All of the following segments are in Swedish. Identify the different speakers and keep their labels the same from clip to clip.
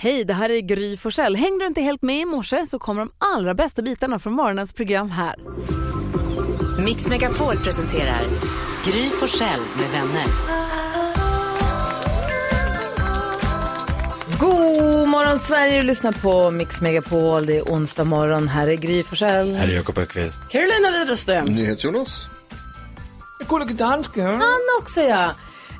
Speaker 1: Hej, det här är Gry Forssell. Hängde du inte helt med i morse så kommer de allra bästa bitarna från morgonens program här.
Speaker 2: Mix Megapol presenterar Gry Forssell med vänner.
Speaker 3: God morgon Sverige, du lyssnar på Mix Megapol. Det är onsdag morgon, här är Gry Forssell.
Speaker 4: Här är Jakob Ökvist.
Speaker 3: Carolina Widerström.
Speaker 5: Mm. NyhetsJonas.
Speaker 3: Kolla danska. Han också ja.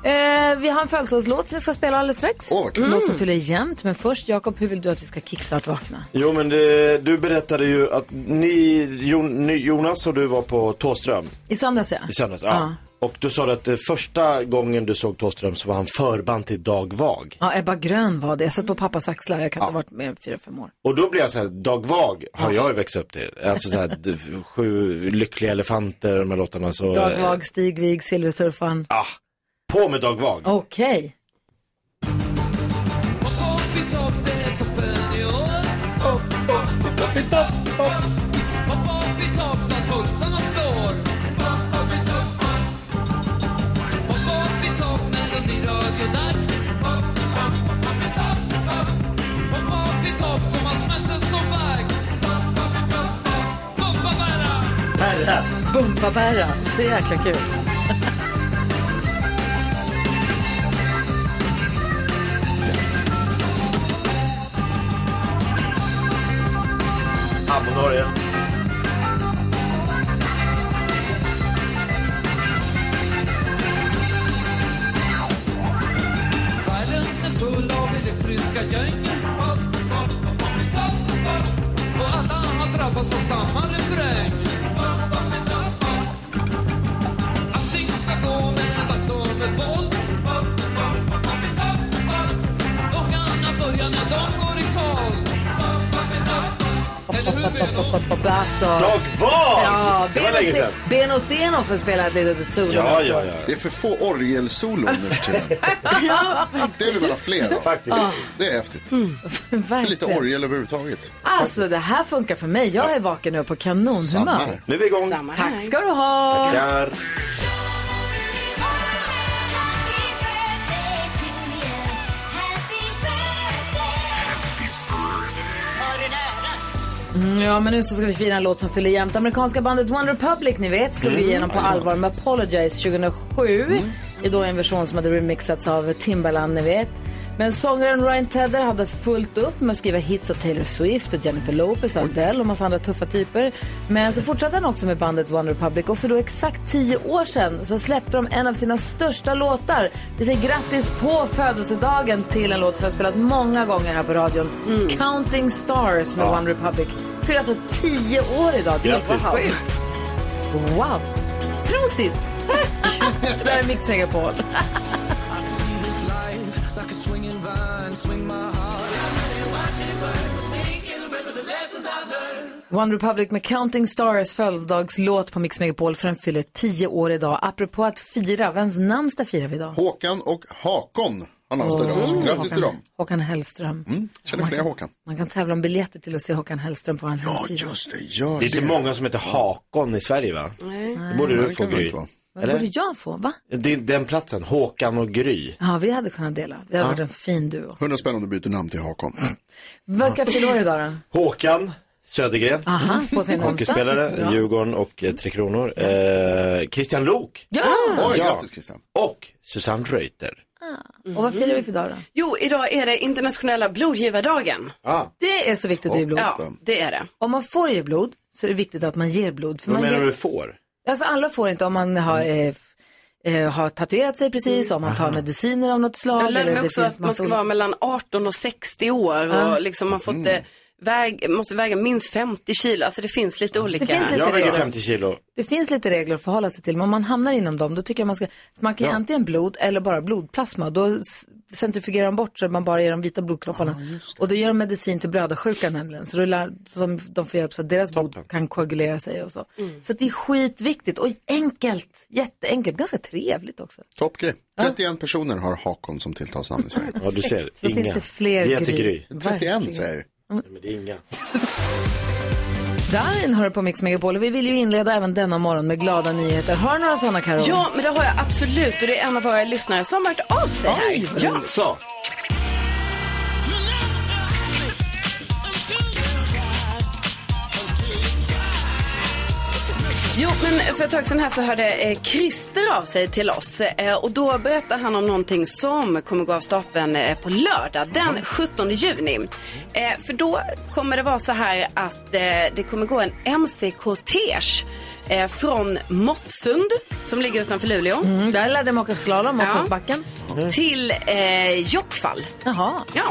Speaker 3: Eh, vi har en födelsedagslåt som vi ska spela alldeles strax.
Speaker 5: Åh, vad kul.
Speaker 3: Någon som fyller jämnt. Men först Jakob, hur vill du att vi ska kickstart-vakna?
Speaker 6: Jo men det, du berättade ju att ni, Jon- ni- Jonas och du var på Tåström
Speaker 3: I söndags ja.
Speaker 6: i söndags. Ja. Och du sa att eh, första gången du såg Tåström så var han förband till Dag Vag.
Speaker 3: Ja, Ebba Grön var det. Jag satt på pappas axlar, jag kan inte ha varit mer än fyra, fem år.
Speaker 6: Och då blev jag så här, Dag Vag har jag ju växt upp till. Alltså så här, d- sju lyckliga elefanter, de här låtarna. Så,
Speaker 3: Dag
Speaker 6: eh,
Speaker 3: Vag, Stig Wig, Silversurfaren.
Speaker 6: Ah, på med Dag Vag.
Speaker 3: Okej. Bumpabärra, så jäkla kul.
Speaker 6: Abborre.
Speaker 3: Alltså.
Speaker 6: Dag Vag!
Speaker 3: Ja,
Speaker 6: det var länge sedan.
Speaker 3: Ben Ozeno får spela ett litet solo.
Speaker 6: Ja, ja, ja.
Speaker 5: Det är för få orgelsolon nu för tiden. Det vill man ha fler av.
Speaker 6: Faktiskt.
Speaker 5: Det är häftigt. För lite
Speaker 3: Verkligen.
Speaker 5: orgel överhuvudtaget.
Speaker 3: Alltså det här funkar för mig. Jag är vaken nu på
Speaker 5: Samma
Speaker 3: kanonhumör.
Speaker 5: här.
Speaker 6: Nu är vi igång.
Speaker 7: Samma här.
Speaker 3: Tack ska du ha.
Speaker 6: Tackar.
Speaker 3: Mm, Ja, men nu så ska vi fira en låt som fyller jämnt. Amerikanska bandet One Republic, ni vet, slog
Speaker 6: Mm.
Speaker 3: igenom på allvar med Apologize 2007. Det är då en version som hade remixats av Timbaland, ni vet. Men sångaren Ryan Tedder hade fullt upp med att skriva hits av Taylor Swift och Jennifer Lopez och Adele och massa andra tuffa typer. Men så fortsatte han också med bandet One Republic och för då exakt tio år sedan så släppte de en av sina största låtar. Vi säger grattis på födelsedagen till en låt som jag spelat många gånger här på radion. Counting Stars med One Republic. Fyller alltså tio år idag. Det är helt
Speaker 6: Grattis.
Speaker 3: sjukt. Wow. Prosit! Det där är Mix Megapol. One Republic med Counting Stars födelsedagslåt på Mix Megapol för den fyller tio år idag. Apropå att fira, vems namnsdag firar vi idag?
Speaker 5: Håkan och Hakon har namnsdag idag. Så grattis till dem. Mm.
Speaker 3: Håkan Hellström.
Speaker 5: Känner fler Håkan?
Speaker 3: Man kan tävla om biljetter till att se Håkan Hellström på hans
Speaker 5: Ja,
Speaker 3: hemsida.
Speaker 5: just det. Gör
Speaker 6: Det är inte
Speaker 5: det.
Speaker 6: många som heter Hakon i Sverige va?
Speaker 7: Nej.
Speaker 6: Det borde du
Speaker 5: Det
Speaker 6: få
Speaker 5: kan det
Speaker 6: Gry.
Speaker 5: inte vara.
Speaker 3: Vad
Speaker 6: Eller?
Speaker 3: borde jag få, va?
Speaker 6: Det är Den platsen, Håkan och Gry.
Speaker 3: Ja, vi hade kunnat dela. Vi hade varit en fin duo.
Speaker 5: 100 spänn om du byter namn till Hakon.
Speaker 3: Vilka fyller år idag då?
Speaker 6: Håkan Södergren,
Speaker 3: Aha, på sin namnsdag.
Speaker 6: hockeyspelare, Djurgården och eh, Tre Kronor. Eh, Christian Lok
Speaker 3: Ah. Ja! Mm.
Speaker 5: Oj,
Speaker 6: Ja.
Speaker 5: grattis Christian.
Speaker 6: och Susanne Reuter.
Speaker 3: Och vad firar vi för dag då?
Speaker 7: Jo, idag är det internationella blodgivardagen.
Speaker 6: Ah,
Speaker 3: Det är så viktigt att ge blod.
Speaker 7: Ja, det är det.
Speaker 3: Om man får ge blod så är det viktigt att man ger blod. För
Speaker 6: vad
Speaker 3: man
Speaker 6: menar du
Speaker 3: ger...
Speaker 6: Mm. får?
Speaker 3: Alltså alla får inte om man har, eh, f- eh, har tatuerat sig precis, om man tar mediciner av något slag.
Speaker 7: Jag lärde
Speaker 3: eller
Speaker 7: mig
Speaker 3: det
Speaker 7: också
Speaker 3: finns Ah.
Speaker 7: att man
Speaker 3: massa
Speaker 7: ska vara mellan 18 och 60 år och liksom man får
Speaker 6: Mm.
Speaker 7: inte väg, måste väga minst 50 kilo. Alltså det finns lite olika.
Speaker 3: Det finns lite
Speaker 6: Jag väger
Speaker 3: regler.
Speaker 6: 50 kilo.
Speaker 3: Det finns lite regler att förhålla sig till, men om man hamnar inom dem då tycker jag man ska, för man kan ge antingen blod eller bara blodplasma. Då s- centrifugerar de bort så att man bara ger de vita blodkropparna. och då ger de medicin till blödarsjuka nämligen, så då lär, som de får hjälp så att deras blod kan koagulera sig och så.
Speaker 7: Mm.
Speaker 3: Så att det är skitviktigt och enkelt, jätteenkelt, ganska trevligt också.
Speaker 5: Toppgrej. 31 personer har Hakon som tilltalsnamn i Sverige.
Speaker 6: Ja, du ser.
Speaker 3: Då
Speaker 6: Inga.
Speaker 3: finns det fler
Speaker 6: Vi heter
Speaker 3: Gry.
Speaker 6: Gry.
Speaker 5: 31 säger jag.
Speaker 6: Nej, Men det är inga.
Speaker 3: Darin hör på Mix Megapol och vi vill ju inleda även denna morgon med glada nyheter. Har du några sådana Karol?
Speaker 7: Ja, men det har jag absolut och det är en av våra lyssnare som har hört av sig här. Ja.
Speaker 6: Så.
Speaker 8: You never tell
Speaker 7: Jo, men för ett tag sedan här så hörde eh, Christer av sig till oss eh, och då berättar han om någonting som kommer gå av stapeln eh, på lördag den 17 juni. Eh, för då kommer det vara så här att eh, det kommer gå en MC-kortege eh, från Måttsund som ligger utanför Luleå
Speaker 3: Mm, där lärde jag mig åka slalom, Måttsundsbacken.
Speaker 7: till eh, Jokkfall.
Speaker 3: Jaha.
Speaker 7: Ja,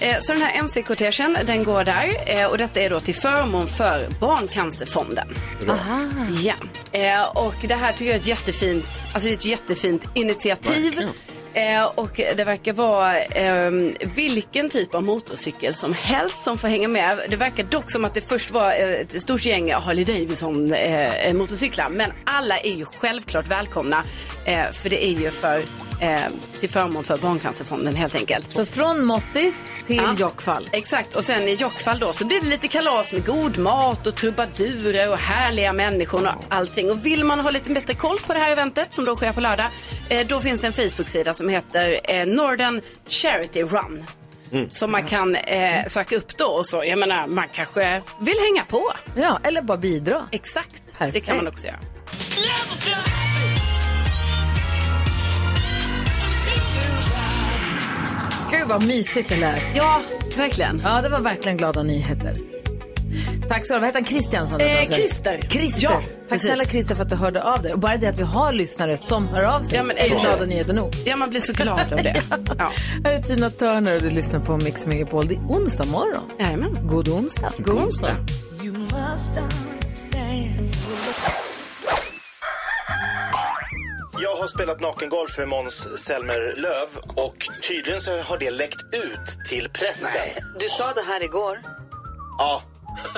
Speaker 7: Eh, så den här MC-kortegen den går där eh, och detta är då till förmån för Barncancerfonden.
Speaker 3: Aha.
Speaker 7: Ja, eh, och det här tycker jag är ett jättefint, alltså det är ett jättefint initiativ. Eh, och det verkar vara eh, vilken typ av motorcykel som helst som får hänga med. Det verkar dock som att det först var ett stort gäng Harley Davidson eh, eh, motorcyklar. Men alla är ju självklart välkomna. Eh, för det är ju för, eh, till förmån för Barncancerfonden helt enkelt.
Speaker 3: Så från Mottis till Jokkfall.
Speaker 7: Exakt, och sen i Jokkfall då så blir det lite kalas med god mat och trubadurer och härliga människor och allting. Och vill man ha lite bättre koll på det här eventet som då sker på lördag, eh, då finns det en Facebook-sida som heter eh, Northern Charity Run. Som man kan eh, söka upp då och så, jag menar man kanske vill hänga på.
Speaker 3: Ja, eller bara bidra.
Speaker 7: Exakt, det
Speaker 3: Perfekt.
Speaker 7: kan man också göra.
Speaker 3: Gud vad mysigt det lät.
Speaker 7: Ja, verkligen.
Speaker 3: Ja, det var verkligen glada nyheter. Tack så du Vad heter han? Christian? Som du
Speaker 7: Eh,
Speaker 3: sa, sa du?
Speaker 7: Christer.
Speaker 3: Christer.
Speaker 7: Ja,
Speaker 3: Tack
Speaker 7: precis.
Speaker 3: snälla Christer för att du hörde av dig. Och bara det att vi har lyssnare som hör av sig.
Speaker 7: Ja, men är
Speaker 3: så
Speaker 7: det-
Speaker 3: glada nyheter nog.
Speaker 7: Ja, man blir så glad av det. Ja.
Speaker 3: Här är Tina Turner och du lyssnar på Mix Megapol. Det är onsdag morgon.
Speaker 7: Jajamän.
Speaker 3: God onsdag.
Speaker 7: God onsdag.
Speaker 6: Jag har spelat nakengolf med Måns Zelmer Löv och tydligen så har det läckt ut till pressen.
Speaker 2: Du sa det här igår.
Speaker 6: Ja,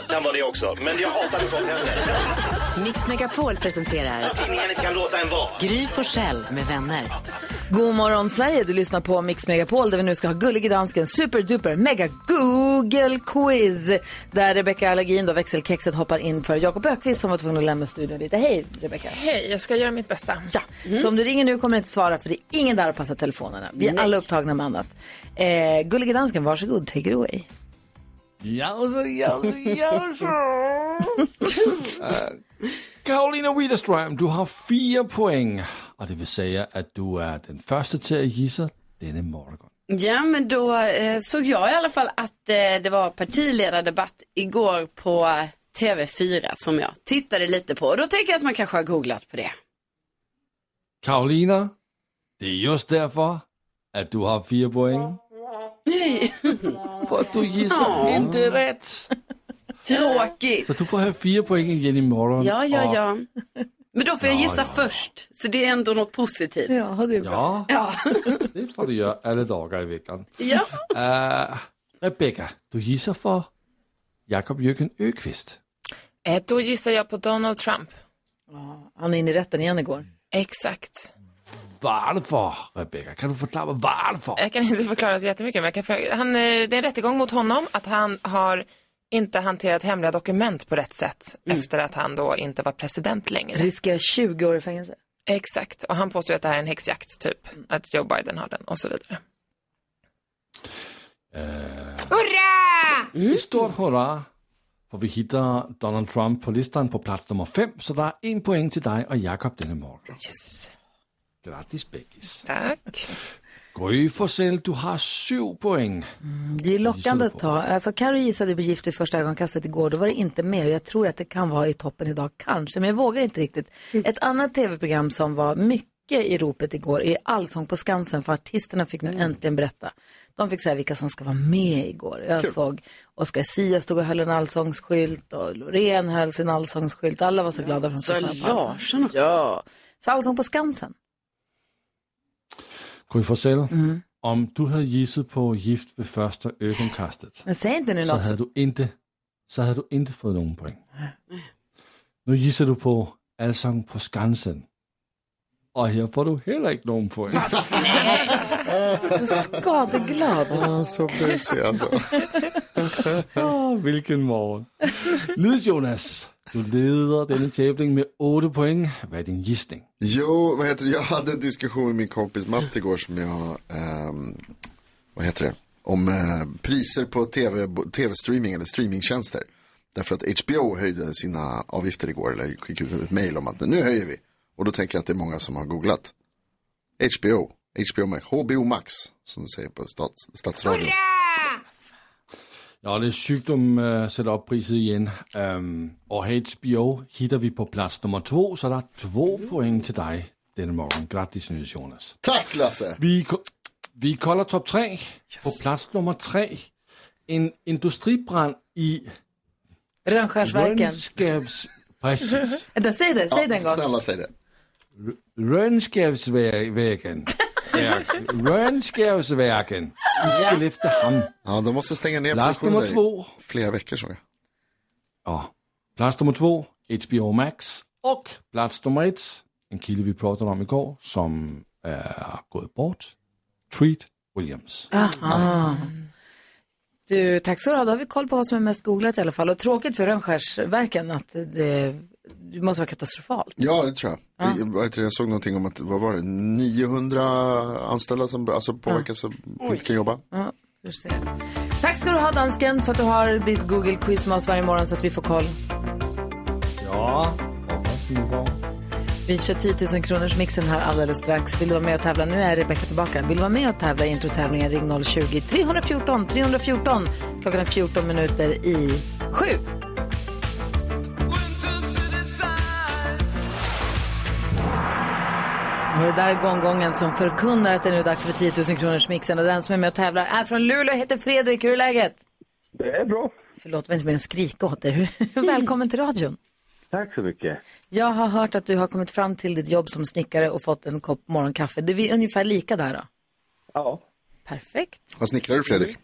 Speaker 6: kan vara det också. Men jag hatar när sånt händer.
Speaker 2: Mix Megapol presenterar
Speaker 6: Tidningen inte kan låta en vara.
Speaker 2: Gry Forssell med vänner.
Speaker 3: God morgon Sverige. Du lyssnar på Mix Megapol där vi nu ska ha gullige dansken superduper mega Google quiz. Där Rebecca Allergin, då växelkexet, hoppar in för Jakob Ökvist som var tvungen att lämna studion lite. Hej Rebecca.
Speaker 9: Hej, jag ska göra mitt bästa.
Speaker 3: Ja,
Speaker 9: Mm.
Speaker 3: så om du ringer nu kommer jag inte svara för det är ingen där att passa telefonerna. Vi är alla upptagna med annat. Eh, Gullige dansken, varsågod, take it away.
Speaker 10: Jause, jause, jause. Karolina Widerstrøm, du har fire point. Og det vil sige, at du er den første til at gisse denne morgen.
Speaker 7: Ja, men då eh, såg jag i alla fall att eh, det var partiledardebatt igår på eh, TV4 som jag tittade lite på. Och då tänker jag att man kanske har googlat på det.
Speaker 10: Karolina, det er just derfor, at du har fire point. For du gisser ikke ret.
Speaker 7: Tråkigt.
Speaker 10: Så du får have fire point igen i morgen.
Speaker 7: Ja, ja,
Speaker 10: og-
Speaker 7: ja. Men då får jag gissa först, så det är ändå något positivt.
Speaker 3: Ja, det är
Speaker 10: Ja, det får du gøre alle dager i veckan.
Speaker 7: Ja.
Speaker 10: Uh, Rebecca, du gisser for Jakob Jøkken Økvist.
Speaker 9: Eh, Då gissar jag på Donald Trump.
Speaker 3: Han är inne i rätten igen igår.
Speaker 9: Exakt.
Speaker 10: Varför, Rebecca? Kan du förklara varför?
Speaker 9: Jag kan inte förklara så jättemycket, men jag kan för... han, eh, det är en rättegång mot honom att han har inte hanterat hemliga dokument på rätt sätt
Speaker 3: Mm.
Speaker 9: efter att han då inte var president längre.
Speaker 3: Riskerar 20 år i fängelse. Mm.
Speaker 9: Exakt, och han påstår att det här är en häxjakt, typ. Att Joe Biden har den och så vidare.
Speaker 10: Et stort hurra, for vi hitter Donald Trump på listen på plads nummer 5, så der er en point til dig og Jakob denne morgen.
Speaker 9: Yes.
Speaker 10: Gratis, Beckis.
Speaker 9: Tack.
Speaker 10: Gry Forssell, du har syv point.
Speaker 3: Det är lockande att ta. Alltså, Karo gissade på Gift i första ögonkastet igår. Då var det inte med. Och Jag tror att det kan vara i toppen idag, kanske. Men jag vågar inte riktigt. Ett annat tv-program som var mycket i ropet igår är Allsång på Skansen. För artisterna fick nu äntligen berätta. De fick säga vilka som ska vara med igår. Jag såg Oscar Sia stod och höll en allsångsskylt. Och Loreen höll sin allsångsskylt. Alla var så glada för att de fick vara på Allsång.
Speaker 7: Larsson också.
Speaker 3: Ja, så Allsång på Skansen.
Speaker 10: Gry Forssell, om du havde gisset på gift ved første økonkastet,
Speaker 3: Men säg inte nu
Speaker 10: så
Speaker 3: något.
Speaker 10: havde du inte, så havde du inte fået nogen point. Nu gisser du på Allsang på Skansen. Og her får du heller ikke nogen point.
Speaker 3: Så skadeglad.
Speaker 5: Ah, så busig alltså.
Speaker 10: Åh, hvilken morgen. Nydes Jonas, du leder denne tävling med 8 point. Hvad er din gissning?
Speaker 5: Jo, vad heter det? Jag hade en diskussion med min kompis Mats igår som jag, ehm, vad heter det, om eh, priser på TV, bo- tv-streaming eller streamingtjänster. Därför att HBO höjde sina avgifter igår, eller skickade ut ett mejl om att nu höjer vi. Och då tänker jag att det är många som har googlat. HBO, HBO Max, HBO Max, som de säger på stats, statsradion.
Speaker 10: Ja, det är sjukdom äh, sätter upp priset igen. Ehm, och HBO hittar vi på plats nummer två, så det är två poäng till dig denna morgon. Grattis nu Jonas.
Speaker 5: Tack Lasse!
Speaker 10: Vi, ko- vi kollar topp tre. På plats nummer tre. En industribrand i
Speaker 3: Rönnskärsverken.
Speaker 10: Rönnskärps... Precis.
Speaker 3: Vänta, Säg det, säg det en gång.
Speaker 5: Snälla säg det.
Speaker 10: Rönnskärpsvägen. Ja, Rönnskärpsvägen i Skelleftehamn.
Speaker 5: Ja, de måste stänga ner
Speaker 10: Plats
Speaker 5: produktionen
Speaker 10: nummer
Speaker 5: i
Speaker 10: två.
Speaker 5: Flera veckor såg jag.
Speaker 10: Ja. Plats nummer två, HBO Max. Och plats nummer ett, en kille vi pratade om igår som är gått bort. Treat Williams.
Speaker 3: Du, tack så du ha. Då har vi koll på vad som är mest googlat i alla fall. Och tråkigt för Rönnskärsverken att det, det måste vara katastrofalt.
Speaker 5: Ja, det tror jag. Jag, vad heter det, jag såg någonting om att, vad var det, 900 anställda som alltså, påverkas och inte kan jobba.
Speaker 3: Ja, just det. Tack ska du ha dansken för att du har ditt Google-quiz med oss varje morgon så att vi får koll.
Speaker 10: Ja, hoppas ni var.
Speaker 3: Vi kör 10 000 kronors mixen här alldeles strax. Vill du vara med och tävla? Nu är Rebecca tillbaka. Vill du vara med och tävla i introtävlingen ring 020-314 314. Klockan är 14 minuter i sju. Och det där är gonggongen som förkunnar att det nu är dags för 10 000 kronors mixen. Och den som är med och tävlar är från Luleå och heter Fredrik. Hur är läget?
Speaker 11: Det är bra.
Speaker 3: Förlåt, men inte mer än skrika åt dig. Välkommen till radion.
Speaker 11: Tack så mycket.
Speaker 3: Jag har hört att du har kommit fram till ditt jobb som snickare och fått en kopp morgonkaffe. Det är vi ungefär lika där då?
Speaker 11: Ja.
Speaker 3: Perfekt.
Speaker 5: Vad snickrar du Fredrik?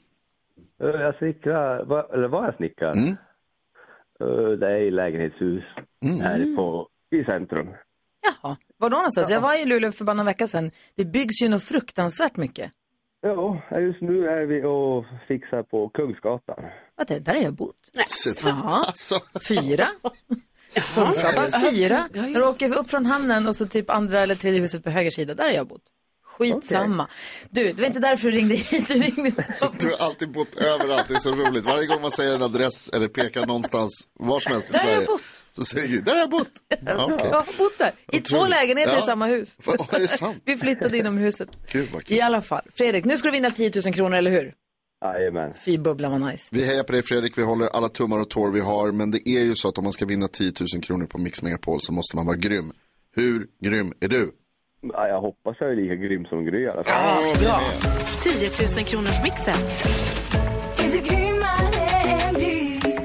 Speaker 11: Eh, Jag snickrar, va- eller var jag snickar? Eh, Det är i lägenhetshus här på, i centrum.
Speaker 3: Jaha, var då någonstans? Jag var i Luleå för bara någon vecka sedan. Det byggs ju nog fruktansvärt mycket.
Speaker 11: Ja, just nu är vi och fixar på Kungsgatan.
Speaker 3: Vad det, där har jag bott.
Speaker 5: Alltså,
Speaker 3: Ja,
Speaker 5: alltså,
Speaker 3: fyra. Kungsgatan fyra.
Speaker 7: Ja, just
Speaker 3: När du åker upp från hamnen och så typ andra eller tredje huset på höger sida, där har jag bott. Skitsamma. Du, det var inte därför du ringde hit. Du ringde
Speaker 5: du har alltid bott överallt, det är så roligt. Varje gång man säger en adress eller pekar någonstans, var som helst i
Speaker 3: har jag
Speaker 5: Sverige,
Speaker 3: bott.
Speaker 5: så säger du, där har jag bott. Ja, okay.
Speaker 3: Jag har bott där. I två
Speaker 5: Otroligt.
Speaker 3: lägenheter i
Speaker 5: Ja.
Speaker 3: samma hus.
Speaker 5: Va, är det sant?
Speaker 3: Vi flyttade inom huset.
Speaker 5: Gud, vad kul.
Speaker 3: I alla fall. Fredrik, nu ska du vinna 10 000 kronor, eller hur?
Speaker 11: Jajamän.
Speaker 3: Fy bubblan vad nice.
Speaker 5: Vi hejar på dig Fredrik, vi håller alla tummar och tår vi har. Men det är ju så att om man ska vinna 10 000 kronor på Mix Megapol så måste man vara grym. Hur grym är du?
Speaker 11: Ja, jag hoppas jag är lika grym som Gry i alla fall.
Speaker 2: 10 000 kronors mixen.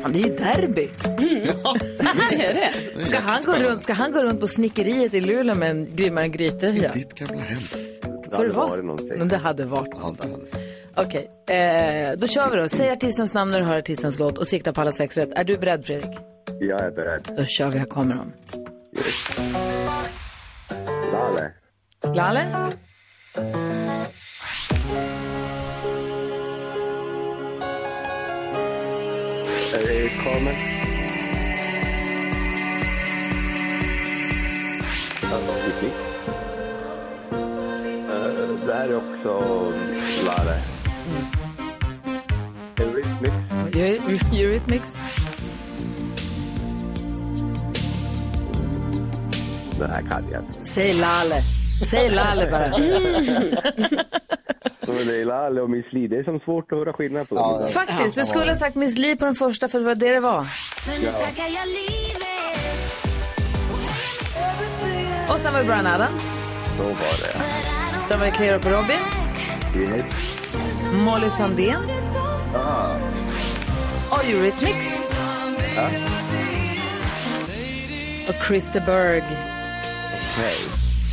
Speaker 3: Fan, det är ju derby.
Speaker 7: Vad är det?
Speaker 3: Ska han, gå runt, ska han gå runt på snickeriet i Luleå med en grymmare än grytröja?
Speaker 5: Ditt gamla hem.
Speaker 3: Får
Speaker 11: hade
Speaker 3: det vara
Speaker 11: varit
Speaker 3: så?
Speaker 11: någonting.
Speaker 3: Men Det hade varit.
Speaker 5: Ja, det hade-
Speaker 3: Okej, eh, då kör vi då. Säg artistens namn när du hör artistens låt och sikta på alla sex rätt. Är du beredd Fredrik?
Speaker 11: Jag är beredd.
Speaker 3: Då kör vi, här kommer de.
Speaker 11: Lale.
Speaker 3: Lalle?
Speaker 11: Är det Carmen? Alltså, Vicky. Eh, Det här är också Mm. Lale. Eurythmics.
Speaker 3: Euro- Eurythmics?
Speaker 11: Den här kan jag inte.
Speaker 3: Säg Lalle. Säg Lalle bara.
Speaker 11: Men det är Lale och Miss Li. Det är som svårt att höra skillnad på dem. ibland.
Speaker 3: Faktiskt, du skulle ha sagt Miss Li på den första för det var det det var. Och sen var det Bryan Adams.
Speaker 11: Så var det.
Speaker 3: Sen var det Clear Up och Robin.
Speaker 11: Yes.
Speaker 3: Molly Sandén. Och Eurythmics. Och Christer Berg.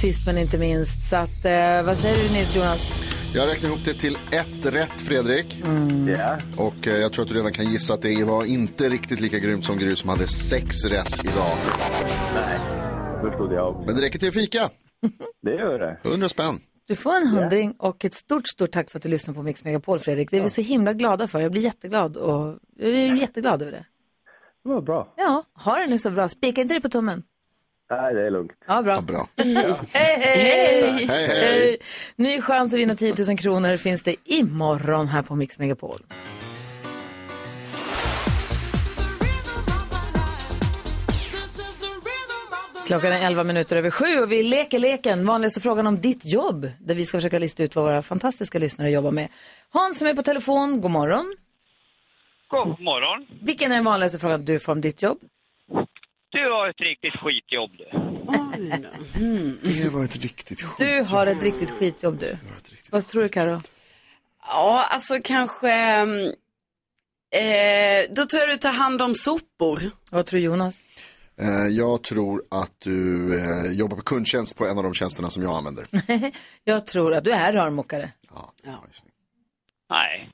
Speaker 3: Sist men inte minst. Så att, eh, vad säger du Nils Jonas?
Speaker 5: Jag räknar ihop det till ett rätt Fredrik.
Speaker 3: Mm.
Speaker 11: Ja.
Speaker 5: Och eh, jag tror att du redan kan gissa att det var inte riktigt lika grymt som Gry som hade sex rätt idag.
Speaker 11: Det förstod jag.
Speaker 5: Men det räcker till fika.
Speaker 11: Det gör det.
Speaker 5: 100 spänn.
Speaker 3: Du får en hundring och ett stort, stort tack för att du lyssnar på Mix Megapol Fredrik. Det är vi så himla glada för. Jag blir jätteglad och jag är jätteglad över det.
Speaker 11: Det var bra.
Speaker 3: Ja, har den nu så bra. Spika inte det på tummen.
Speaker 11: Nej, det är lugnt.
Speaker 3: Ja, bra.
Speaker 5: Ja, bra.
Speaker 3: Hej, hej,
Speaker 5: Hej, hej.
Speaker 3: hej! Ny chans att vinna 10 000 kronor finns det imorgon här på Mix Megapol. Klockan är 11 minuter över sju och vi leker leken, vanligaste frågan om ditt jobb, där vi ska försöka lista ut vad våra fantastiska lyssnare jobbar med. Hans som är på telefon, god morgon.
Speaker 12: God morgon.
Speaker 3: Vilken är den vanligaste frågan du får om ditt jobb?
Speaker 12: Du har ett riktigt skitjobb du.
Speaker 5: Det var ett riktigt skit.
Speaker 3: Mm. Du har ett riktigt skitjobb du. Vad tror du Karo?
Speaker 7: Ja, alltså kanske... ehm, Eh, då tror jag du tar hand om sopor.
Speaker 3: Vad tror Jonas?
Speaker 5: Eh, Jag tror att du eh, jobbar på kundtjänst på en av de tjänsterna som jag använder.
Speaker 3: Jag tror att du är rörmokare.
Speaker 12: Nej.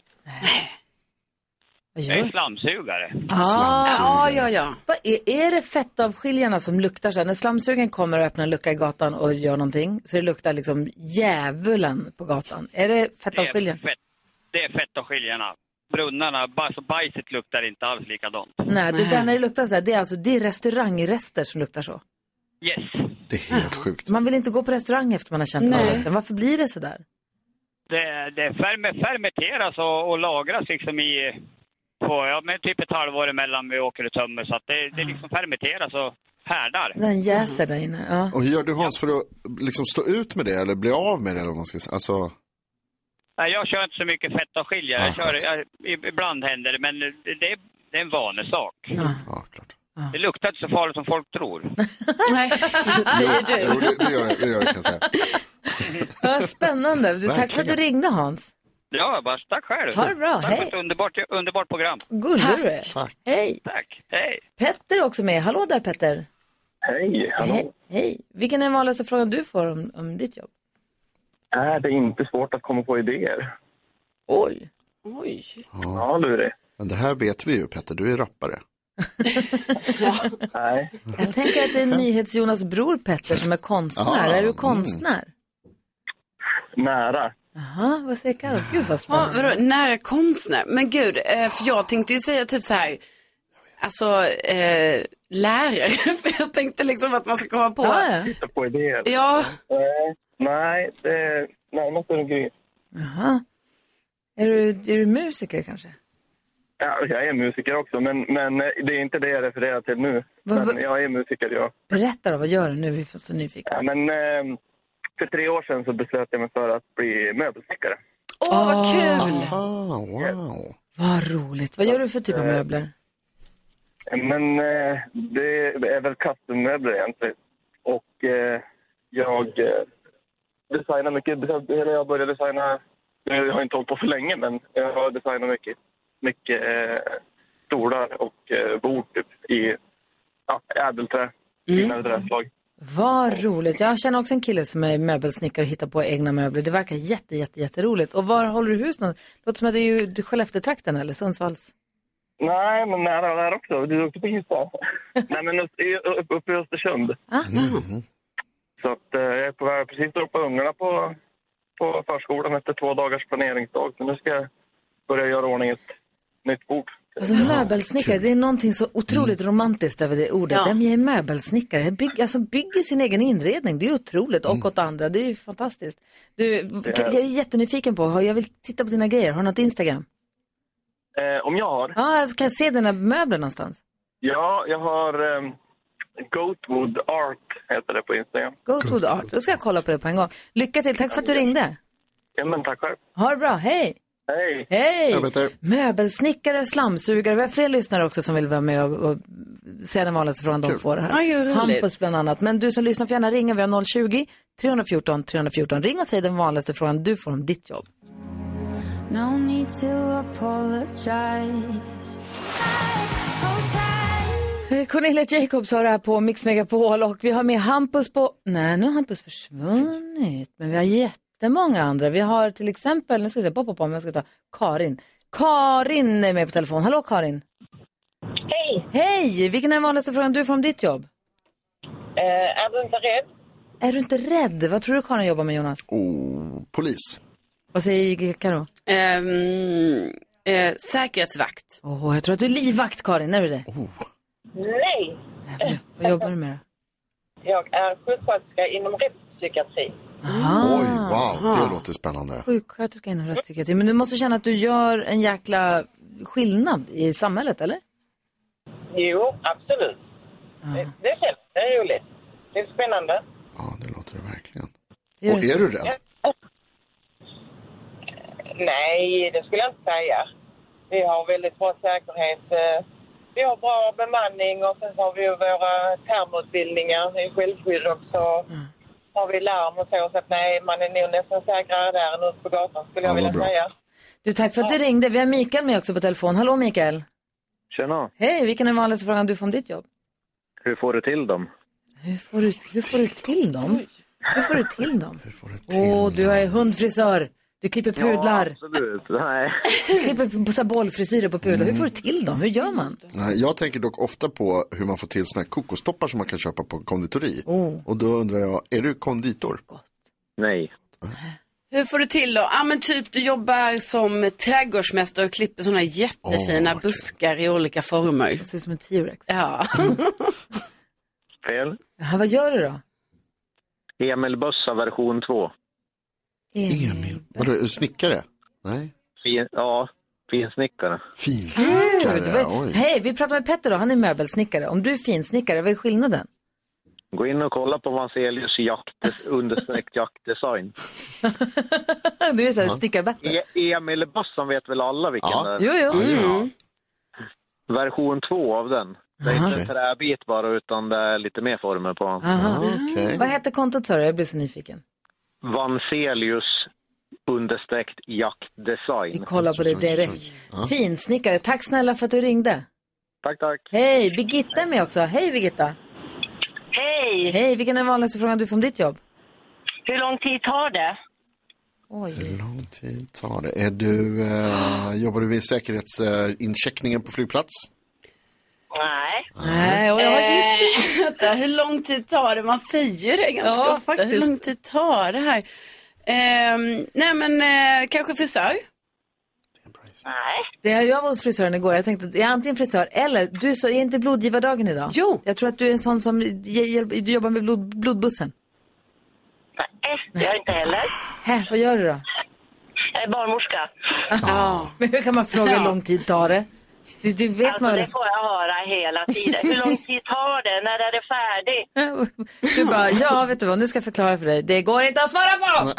Speaker 3: Vad
Speaker 12: Jag är slamsugare.
Speaker 3: Ah, ja, ja. Vad är, är det fettavskiljarna som luktar så här? När slamsugen kommer och öppnar en lucka i gatan och gör någonting så det luktar liksom djävulen på gatan. Är det fettavskiljaren?
Speaker 12: Det är fett, det är fettavskiljarna. Brunnarna, ba- alltså bajset luktar inte alls likadant.
Speaker 3: Nej, det där när det luktar så här, det är alltså det är restaurangrester som luktar så.
Speaker 12: Yes,
Speaker 5: Det är helt sjukt.
Speaker 3: Man vill inte gå på restaurang efter man har känt den här lukten. Varför blir det så där?
Speaker 12: det, det ferme- fermenteras och, och lagras liksom i på, ja, men typ ett halvår emellan vi åker och tömmer så att det, det liksom fermenteras och härdar.
Speaker 3: Ah. Den jäser där inne. Ja.
Speaker 5: Och hur gör du Hans för att liksom stå ut med det eller bli av med det? Eller vad man ska säga? Alltså,
Speaker 12: Nej, jag kör inte så mycket fettavskiljare. Jag kör, jag, i- ibland händer det, men det, det, är- det är en vanesak. Det luktar inte så farligt som folk tror.
Speaker 7: Nej, säger du.
Speaker 5: jo, det, det gör det, det gör det kan jag säga.
Speaker 3: Ja, spännande. Du, tack för att du
Speaker 5: Verkligen.
Speaker 3: ringde Hans.
Speaker 12: Ja, bara tack själv.
Speaker 3: Ha det bra,
Speaker 12: tack
Speaker 3: hej.
Speaker 12: för ett underbart, underbart program.
Speaker 3: Gullig du är. Hej.
Speaker 12: Tack, hej.
Speaker 3: Petter är också med. Hallå där Petter.
Speaker 13: Hej, hallå.
Speaker 3: Hej. Hej. Vilken är den vanligaste frågan du får om, om ditt jobb?
Speaker 13: Är det inte svårt att komma på idéer?
Speaker 3: Oj.
Speaker 7: Oj.
Speaker 13: Ja, lurig.
Speaker 5: Men det här vet vi ju Petter, du är rappare.
Speaker 13: Nej.
Speaker 3: Jag tänker att det är NyhetsJonas bror Petter som är konstnär.
Speaker 5: Ah,
Speaker 3: är du
Speaker 5: mm.
Speaker 3: konstnär?
Speaker 13: Nära.
Speaker 3: Jaha, vad säger Carro? Gud vad
Speaker 7: Ja,
Speaker 3: spännande.
Speaker 7: vadå, nära konstnär? Men gud, eh, för jag tänkte ju säga typ så här, alltså eh, lärare. För jag tänkte liksom att man ska komma på.
Speaker 3: Ja, ja.
Speaker 13: Hitta på idéer.
Speaker 7: Ja.
Speaker 13: Nej, Nej, det närmast är det grej.
Speaker 3: Jaha. Är du, är du musiker kanske?
Speaker 13: Ja, jag är musiker också, men, men eh, det är inte det jag refererar till nu.
Speaker 3: Vad-
Speaker 13: Men jag är musiker, ja.
Speaker 3: Berätta då, vad gör du nu? Vi är så nyfikna.
Speaker 13: ja men, ehm, för tre år sedan så beslöt jag mig för att bli möbelsnickare.
Speaker 7: Åh, vad kul!
Speaker 5: Ah, wow. Eh.
Speaker 3: Vad roligt. Vad gör du för typ av möbler?
Speaker 13: Men eh, det är väl custommöbler egentligen. Och eh, jag eh, designar mycket. Eller jag började designa, jag har inte hållit på för länge, men jag har designat mycket, mycket eh, stolar och eh, bord typ, i ja, ädelträ, fina träslag.
Speaker 3: Vad roligt. Jag känner också en kille som är möbelsnickare och hittar på egna möbler. Det verkar jätte, jätte, jätteroligt. Och var håller du hus någonstans? Låter som att det är ju det är Skellefteå-trakten eller Sundsvalls.
Speaker 13: Nej, men nära där också. Du är duktig på Ystad. Nej, men upp- i- upp- uppe i Östersund. Så att, eh, jag är på väg precis droppa ungarna på, på förskolan efter två dagars planeringsdag. Så nu ska jag börja göra i ordning ett nytt bord.
Speaker 3: Alltså möbelsnickare, det är någonting så otroligt romantiskt över det ordet.
Speaker 13: Ja.
Speaker 3: Ja. men Jag är möbelsnickare, jag bygger, alltså bygger sin egen inredning, det är otroligt. Och åt andra, det är ju fantastiskt. Du,
Speaker 13: är-
Speaker 3: jag är jättenyfiken på, har- jag vill titta på dina grejer, har du något Instagram?
Speaker 13: Eh, om jag har?
Speaker 3: Ja, alltså, kan jag se dina möbler någonstans?
Speaker 13: Ja, jag har eh, Goatwood Art, heter det på Instagram.
Speaker 3: Go to the art, då ska jag kolla på det på en gång. Lycka till, tack för att du ringde.
Speaker 13: Ja, men tack själv.
Speaker 3: Ha det bra, hej!
Speaker 13: Hej!
Speaker 3: Hej!
Speaker 13: Jag vet det.
Speaker 3: Möbelsnickare, slamsugare. Vi har fler lyssnare också som vill vara med och, och säga den vanligaste frågan de får här.
Speaker 7: Aj, vad roligt.
Speaker 3: Hampus bland annat. Men du som lyssnar får gärna ringa. Vi har 020-314 314. Ring och säg den vanligaste frågan du får om ditt jobb.
Speaker 2: No need to apologize.
Speaker 3: Eh, Cornelia Jacobs har det här på Mix Megapol och vi har med Hampus på... Nej, nu har Hampus försvunnit. Men vi har jättemånga andra. Vi har till exempel, nu ska vi se, pop, pop, pop, jag ska ta Karin. Karin är med på telefon. Hallå Karin! Hej! Hej! Vilken är den vanligaste frågan du får om ditt jobb?
Speaker 14: Eh, är du inte rädd?
Speaker 3: Är du inte rädd? Vad tror du Karin jobbar med Jonas?
Speaker 5: Oh, polis.
Speaker 3: Vad säger Karo?
Speaker 7: Ehm, eh, säkerhetsvakt.
Speaker 3: Åh, jag tror att du är livvakt Karin, är du det?
Speaker 5: Oh.
Speaker 14: Nej!
Speaker 3: Vad jobbar du med då?
Speaker 14: Jag är sjuksköterska inom rättspsykiatri.
Speaker 5: Oj,
Speaker 3: Ah,
Speaker 5: wow, det låter spännande.
Speaker 3: Sjuksköterska inom rättspsykiatri. Men du måste känna att du gör en jäkla skillnad i samhället, eller?
Speaker 14: Jo, absolut. Det, det känns det är roligt. Det är spännande.
Speaker 5: Och är du rädd?
Speaker 14: Eh, Nej, det skulle jag inte säga. Vi har väldigt bra säkerhet. eh, Vi har bra bemanning och sen har vi ju våra termutbildningar i självskydd och så har vi larm och så. Så att nej, man är nog nästan säkrare där än ute på gatan skulle jag vilja säga.
Speaker 3: Du, tack för att du ringde. Vi har Mikael med också på telefon. Hallå Mikael.
Speaker 15: Tjena,
Speaker 3: Hej, vilken är den vanligaste frågan du får om ditt jobb?
Speaker 15: hur får du till dem?
Speaker 3: Hur får du, hur får du till dem? Hur får du till dem? Åh, du är hundfrisör. Du klipper pudlar.
Speaker 15: absolut. Nej.
Speaker 3: Du klipper på så här bollfrisyrer på pudlar. Hur får du till dem? Hur gör man?
Speaker 5: Nej, jag tänker dock ofta på hur man får till såna här kokostoppar som man kan köpa på konditori.
Speaker 3: Oh.
Speaker 5: Och då undrar jag, är du konditor?
Speaker 15: Nej.
Speaker 7: Hur får du till då? Ja men typ du jobbar som trädgårdsmästare och klipper sådana jättefina buskar i olika former. Det
Speaker 3: ser ut som en T-rex.
Speaker 7: Ja.
Speaker 15: Fel.
Speaker 3: Jaha, vad gör du då?
Speaker 15: Emil Bössa version 2.
Speaker 5: Emil. Vadå, snickare? Nej.
Speaker 15: Fin, ja, finsnickare.
Speaker 3: Gud, vad- Hej, vi pratar med Petter då. Han är möbelsnickare. Om du är finsnickare, vad är skillnaden?
Speaker 15: Gå in och kolla på Vanselius jakt, understreck jaktdesign.
Speaker 3: Du är så här
Speaker 15: Ja.
Speaker 3: snickarbett.
Speaker 15: E- Emil Bössan vet väl alla vilken det är?
Speaker 3: Jo, Mm. jo.
Speaker 15: Version 2 av den. Det är inte en träbit bara, utan det är lite mer former på den.
Speaker 3: Aha. Vad hette kontot sa du? Jag blev så nyfiken.
Speaker 15: Vanselius understreck jaktdesign.
Speaker 3: Vi kollar på det direkt. Finsnickare. Tack snälla för att du ringde.
Speaker 15: Tack, tack.
Speaker 3: Hej, Birgitta är med också. Hej Birgitta.
Speaker 14: Hej!
Speaker 3: Hej, vilken är den vanligaste frågan du får om ditt jobb?
Speaker 14: Hur lång tid tar det?
Speaker 5: Hur lång tid tar det? Är du, eh, jobbar du vid säkerhetsincheckningen på flygplats?
Speaker 14: Nej.
Speaker 3: Nej, och jag har
Speaker 7: eh, vänta, hur lång tid tar det? Man säger ju det ganska
Speaker 14: Ja,
Speaker 7: ofta.
Speaker 14: faktiskt.
Speaker 7: Hur lång tid tar det här? Ehm, nej men eh, kanske frisör?
Speaker 3: Det är- jag var hos frisören igår. Jag tänkte, att jag är antingen frisör eller, du sa, är inte blodgivardagen idag? Jo. Jag tror att du är en sån som ge- hjälp- du jobbar med blod, blodbussen.
Speaker 14: Det gör jag inte heller.
Speaker 3: Hä, vad gör du då?
Speaker 14: Jag är barnmorska.
Speaker 3: Men hur kan man fråga hur lång tid tar det? Det, det vet
Speaker 14: Alltså
Speaker 3: man
Speaker 14: det
Speaker 3: väl?
Speaker 14: får jag höra hela tiden. Hur lång tid tar det? När är det färdigt?
Speaker 3: Du bara, ja vet du vad, nu ska jag förklara för dig. Det går inte att svara på!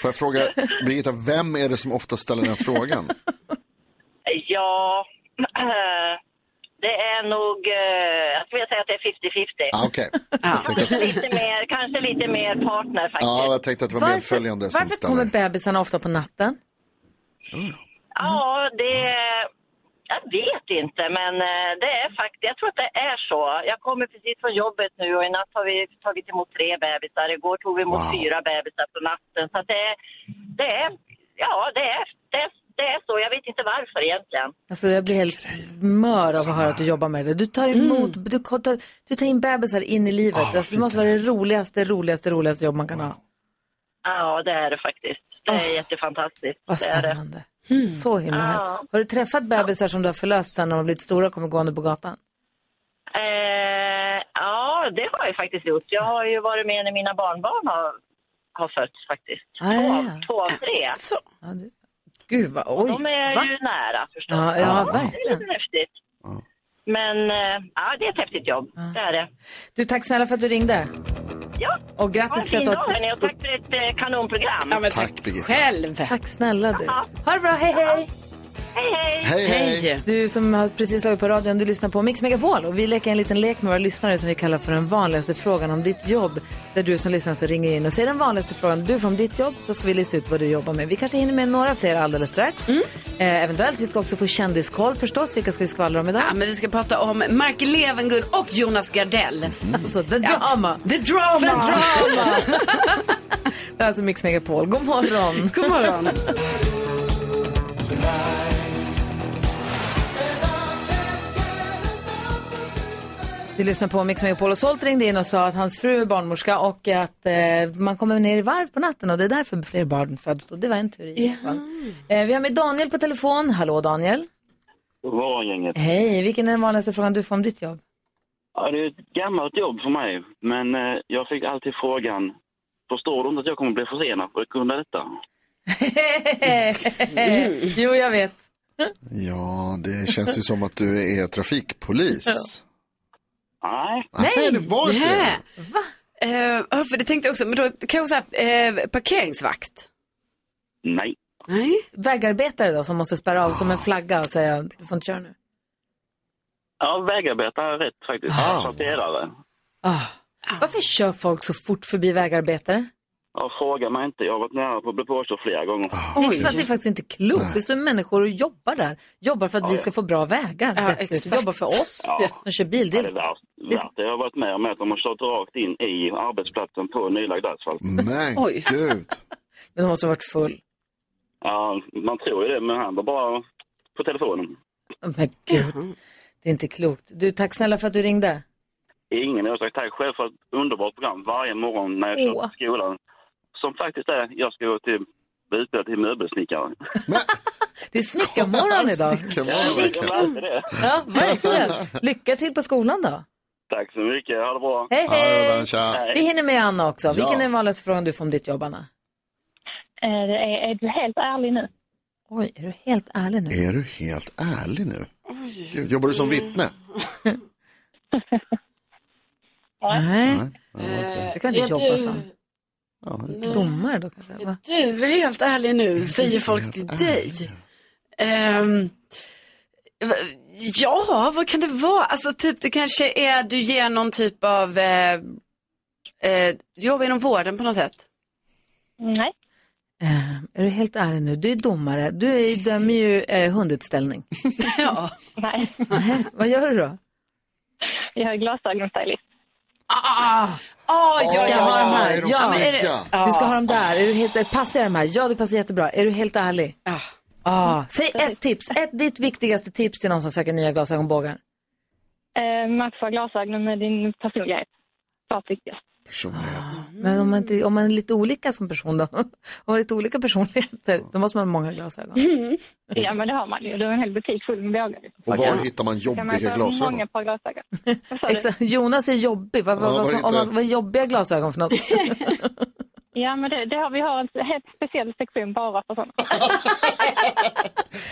Speaker 5: Får jag fråga, Birgitta, vem är det som ofta ställer den frågan?
Speaker 14: Ja, eh, det är nog... eh, Jag skulle vilja säga att det är 50-50.
Speaker 5: Ah, Okej.
Speaker 14: Lite mer, kanske lite mer partner faktiskt.
Speaker 5: Ja, jag tänkte att det var medföljande som
Speaker 3: varför kommer
Speaker 5: ställer.
Speaker 3: bebisarna ofta på natten?
Speaker 14: Ja, det... Jag vet inte, men eh, det är faktiskt... Jag tror att det är så. Jag kommer precis från jobbet nu och i natt har vi tagit emot tre bebisar. Igår tog vi emot fyra bebisar på natten. Så att det, är- det är... Ja, det är, det, är- det är så. Jag vet inte varför egentligen.
Speaker 3: Alltså jag blir helt mör av att höra att du jobbar med det. Du tar emot, du, tar, du tar in bebisar in i livet. alltså, det måste vara det roligaste, roligaste, roligaste jobb man kan ha.
Speaker 14: Ja, det är det faktiskt. Det är jättefantastiskt.
Speaker 3: Vad
Speaker 14: Det är det.
Speaker 3: spännande. Mm. Så himla härligt. Har du träffat bebisar som du har förlöst sen när de har blivit stora och kommer gående på gatan?
Speaker 14: Eh, ja, det har jag faktiskt gjort. Jag har ju varit med när mina barnbarn har, har fötts faktiskt.
Speaker 3: Ah, ja.
Speaker 14: Två av tre.
Speaker 3: Ja, det... Gud vad, oj.
Speaker 14: De är
Speaker 3: va?
Speaker 14: ju nära förstås.
Speaker 3: Ja, ja,
Speaker 14: Det är lite häftigt. Men eh, ja, det är ett häftigt jobb. Det är det.
Speaker 3: Du, tack snälla för att du ringde.
Speaker 14: Ja.
Speaker 3: Och
Speaker 14: Ha en
Speaker 3: grattis till
Speaker 14: fin
Speaker 3: att du
Speaker 14: dag
Speaker 3: har
Speaker 14: hörni och tack för ett eh, kanonprogram.
Speaker 7: Ja, men tack själv.
Speaker 3: Tack snälla du. Ha det bra, hej hej!
Speaker 14: Hej,
Speaker 5: hej!
Speaker 3: Du som har precis slagit på radion, du lyssnar på Mix Megapol och vi leker en liten lek med våra lyssnare som vi kallar för den vanligaste frågan om ditt jobb. Där du som lyssnar så ringer in och säger den vanligaste frågan du får om ditt jobb så ska vi lista ut vad du jobbar med. Vi kanske hinner med några fler alldeles strax.
Speaker 7: Mm.
Speaker 3: Eh, eventuellt, vi ska också få kändiskoll förstås. Vilka ska vi skvallra om idag?
Speaker 7: Ja, men vi ska prata om Mark Levengood och Jonas Gardell.
Speaker 3: Alltså, the drama.
Speaker 7: The drama. The
Speaker 3: drama. Det är alltså Mix Megapol. God morgon!
Speaker 7: God morgon!
Speaker 3: Vi lyssnar på Mix Megapol och Solt ringde in och sa att hans fru är barnmorska och att eh, man kommer ner i varv på natten och det är därför fler barn föds. då. Det var en teori. i alla fall. Eh, vi har med Daniel på telefon. Hallå Daniel!
Speaker 16: Var gänget.
Speaker 3: Hej! Vilken är den vanligaste frågan du får om ditt jobb?
Speaker 16: Ja, det är ett gammalt jobb för mig, men eh, jag fick alltid frågan Förstår du inte att jag kommer bli försenad på grund av detta?
Speaker 3: jo, jag vet.
Speaker 5: Ja, det känns ju som att du är trafikpolis.
Speaker 16: Nej.
Speaker 5: Nej, det var inte
Speaker 7: Nej. Eh, ja, för det tänkte jag också, men då kanske så här, eh, parkeringsvakt.
Speaker 16: Nej.
Speaker 7: Nej.
Speaker 3: Vägarbetare då som måste spärra av som en flagga och säga du får inte köra nu.
Speaker 16: Ja, vägarbetare är rätt faktiskt. Asfalterare.
Speaker 3: Ah. Varför kör folk så fort förbi vägarbetare?
Speaker 16: Ja, fråga mig inte. Jag har varit nära på att bli påstådd flera gånger.
Speaker 3: Ah. Det är, för att det är faktiskt inte klokt. Det står människor och jobbar där. Jobbar för att
Speaker 16: Ah,
Speaker 3: vi ska få bra vägar.
Speaker 7: Ja,
Speaker 3: dessutom.
Speaker 7: exakt.
Speaker 3: Jobbar för oss
Speaker 16: Ja.
Speaker 3: som kör bil. Det
Speaker 16: Ah, Ja, det
Speaker 3: är
Speaker 16: är värst. värst. Jag har varit med om att de har kört rakt in i arbetsplatsen på nylagd asfalt.
Speaker 5: Men
Speaker 3: Oj.
Speaker 5: gud.
Speaker 3: Men de måste ha varit full.
Speaker 16: Ja, man tror ju det, men han var bara på telefonen.
Speaker 3: Oh, Men gud, det är inte klokt. Du, tack snälla för att du ringde.
Speaker 16: Ingen jag har sagt tack själv för ett underbart program varje morgon när jag kör
Speaker 3: Åh.
Speaker 16: till skolan. Som faktiskt är, jag ska gå till bli utbildad till möbelsnickare.
Speaker 3: Det är snickarmorgon idag.
Speaker 16: Jag läste det.
Speaker 3: Ja, verkligen. Lycka till på skolan då.
Speaker 16: Tack så mycket, ha det bra.
Speaker 3: Hej, hej. Vi hinner med Anna också.
Speaker 16: Ja.
Speaker 3: Vilken är den vanligaste frågan du får om ditt jobb, Anna?
Speaker 14: Eh,
Speaker 17: Det är, är du helt ärlig nu?
Speaker 3: Oj, är du helt ärlig nu?
Speaker 5: Är du helt ärlig nu? Gud, jobbar du som vittne?
Speaker 17: Mm,
Speaker 3: Nej.
Speaker 7: Eh,
Speaker 3: Det kan du
Speaker 7: är
Speaker 3: inte jobba
Speaker 7: du-
Speaker 3: som.
Speaker 7: Nej.
Speaker 3: Domare då kanske? Va?
Speaker 7: Du, är helt ärlig nu, säger folk till dig. Ehm, va- ja, vad kan det vara? Alltså typ, du kanske är, du ger någon typ av, eh, eh, du jobbar inom vården på något sätt.
Speaker 17: Nej.
Speaker 3: Eh, Är du helt ärlig nu? Du är domare. Du är, dömer ju eh, hundutställning.
Speaker 7: ja.
Speaker 17: Nej.
Speaker 3: Vad gör du då?
Speaker 17: Jag är glasögonstylist.
Speaker 7: Ah, ah,
Speaker 3: Du ska ha de här. Ja, men är det, du ska ha dem där. Är du helt, passar de här? Ja, du passar jättebra. Är du helt ärlig?
Speaker 7: Ja.
Speaker 3: Ah. Säg ett tips. Ett, ditt viktigaste tips till någon som söker nya glasögonbågar.
Speaker 17: Eh, matcha glasögonen med din personlighet. Klart viktigast.
Speaker 3: Men om man, inte, om man är lite olika som person då? Om man är lite olika personligheter, då måste man ha många glasögon.
Speaker 17: Ja, men det har man ju. Du har en hel butik full med bågar.
Speaker 5: Och var hittar man
Speaker 17: Kan man
Speaker 5: jobbiga
Speaker 17: ta
Speaker 5: glasögon?
Speaker 17: många par glasögon.
Speaker 3: Exakt. Jonas är jobbig. Vad, vad,
Speaker 5: Ja,
Speaker 3: vad,
Speaker 5: var
Speaker 3: som-
Speaker 5: det
Speaker 3: om
Speaker 5: inte-
Speaker 3: man, vad är jobbiga glasögon för något?
Speaker 17: Ja, men det, det har, vi har en helt speciell sektion bara för sådana.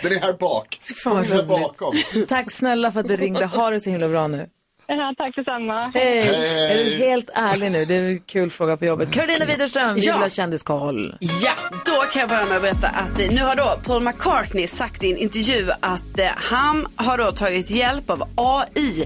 Speaker 5: Den är här bak. Den är här bakom.
Speaker 3: Tack snälla för att du ringde. Ha det så himla bra nu.
Speaker 17: Ja, tack detsamma.
Speaker 3: Hej! Är du helt ärlig nu? Det är en kul fråga på jobbet. Karolina Widerström, vi
Speaker 7: Mm. Ja.
Speaker 3: vill ha kändiskoll.
Speaker 7: Ja, då kan jag börja med att berätta att eh, nu har då Paul McCartney sagt i en intervju att eh, han har då tagit hjälp av AI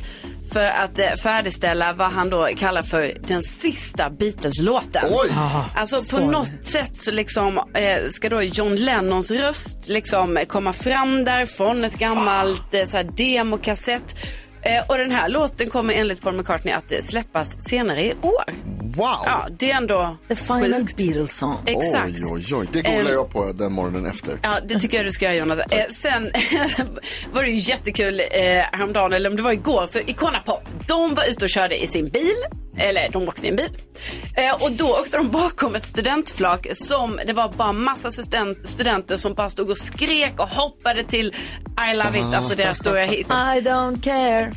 Speaker 7: för att eh, färdigställa vad han då kallar för den sista Beatles-låten.
Speaker 18: Oj!
Speaker 7: Alltså på
Speaker 18: sorry.
Speaker 7: något sätt så liksom eh, ska då John Lennons röst liksom eh, komma fram där från ett gammalt eh, så här demokassett. Eh, och den här låten kommer enligt Paul McCartney att eh, släppas senare i år.
Speaker 5: Wow!
Speaker 7: Ja, det är ändå
Speaker 3: The final Beatles song.
Speaker 7: Exakt.
Speaker 5: Oj, oj, oj. Det googlar
Speaker 7: Eh,
Speaker 5: jag på den morgonen efter.
Speaker 7: Ja, det tycker jag du ska göra Jonas. Eh, sen var det ju jättekul eh, häromdagen, eller om det var igår, för Icona Pop, de var ute och körde i sin bil, eller de åkte i en bil. Eh, och då åkte de bakom ett studentflak som det var bara massa student, studenter som bara stod och skrek och hoppade till I love it, alltså deras stora hit.
Speaker 3: I don't care.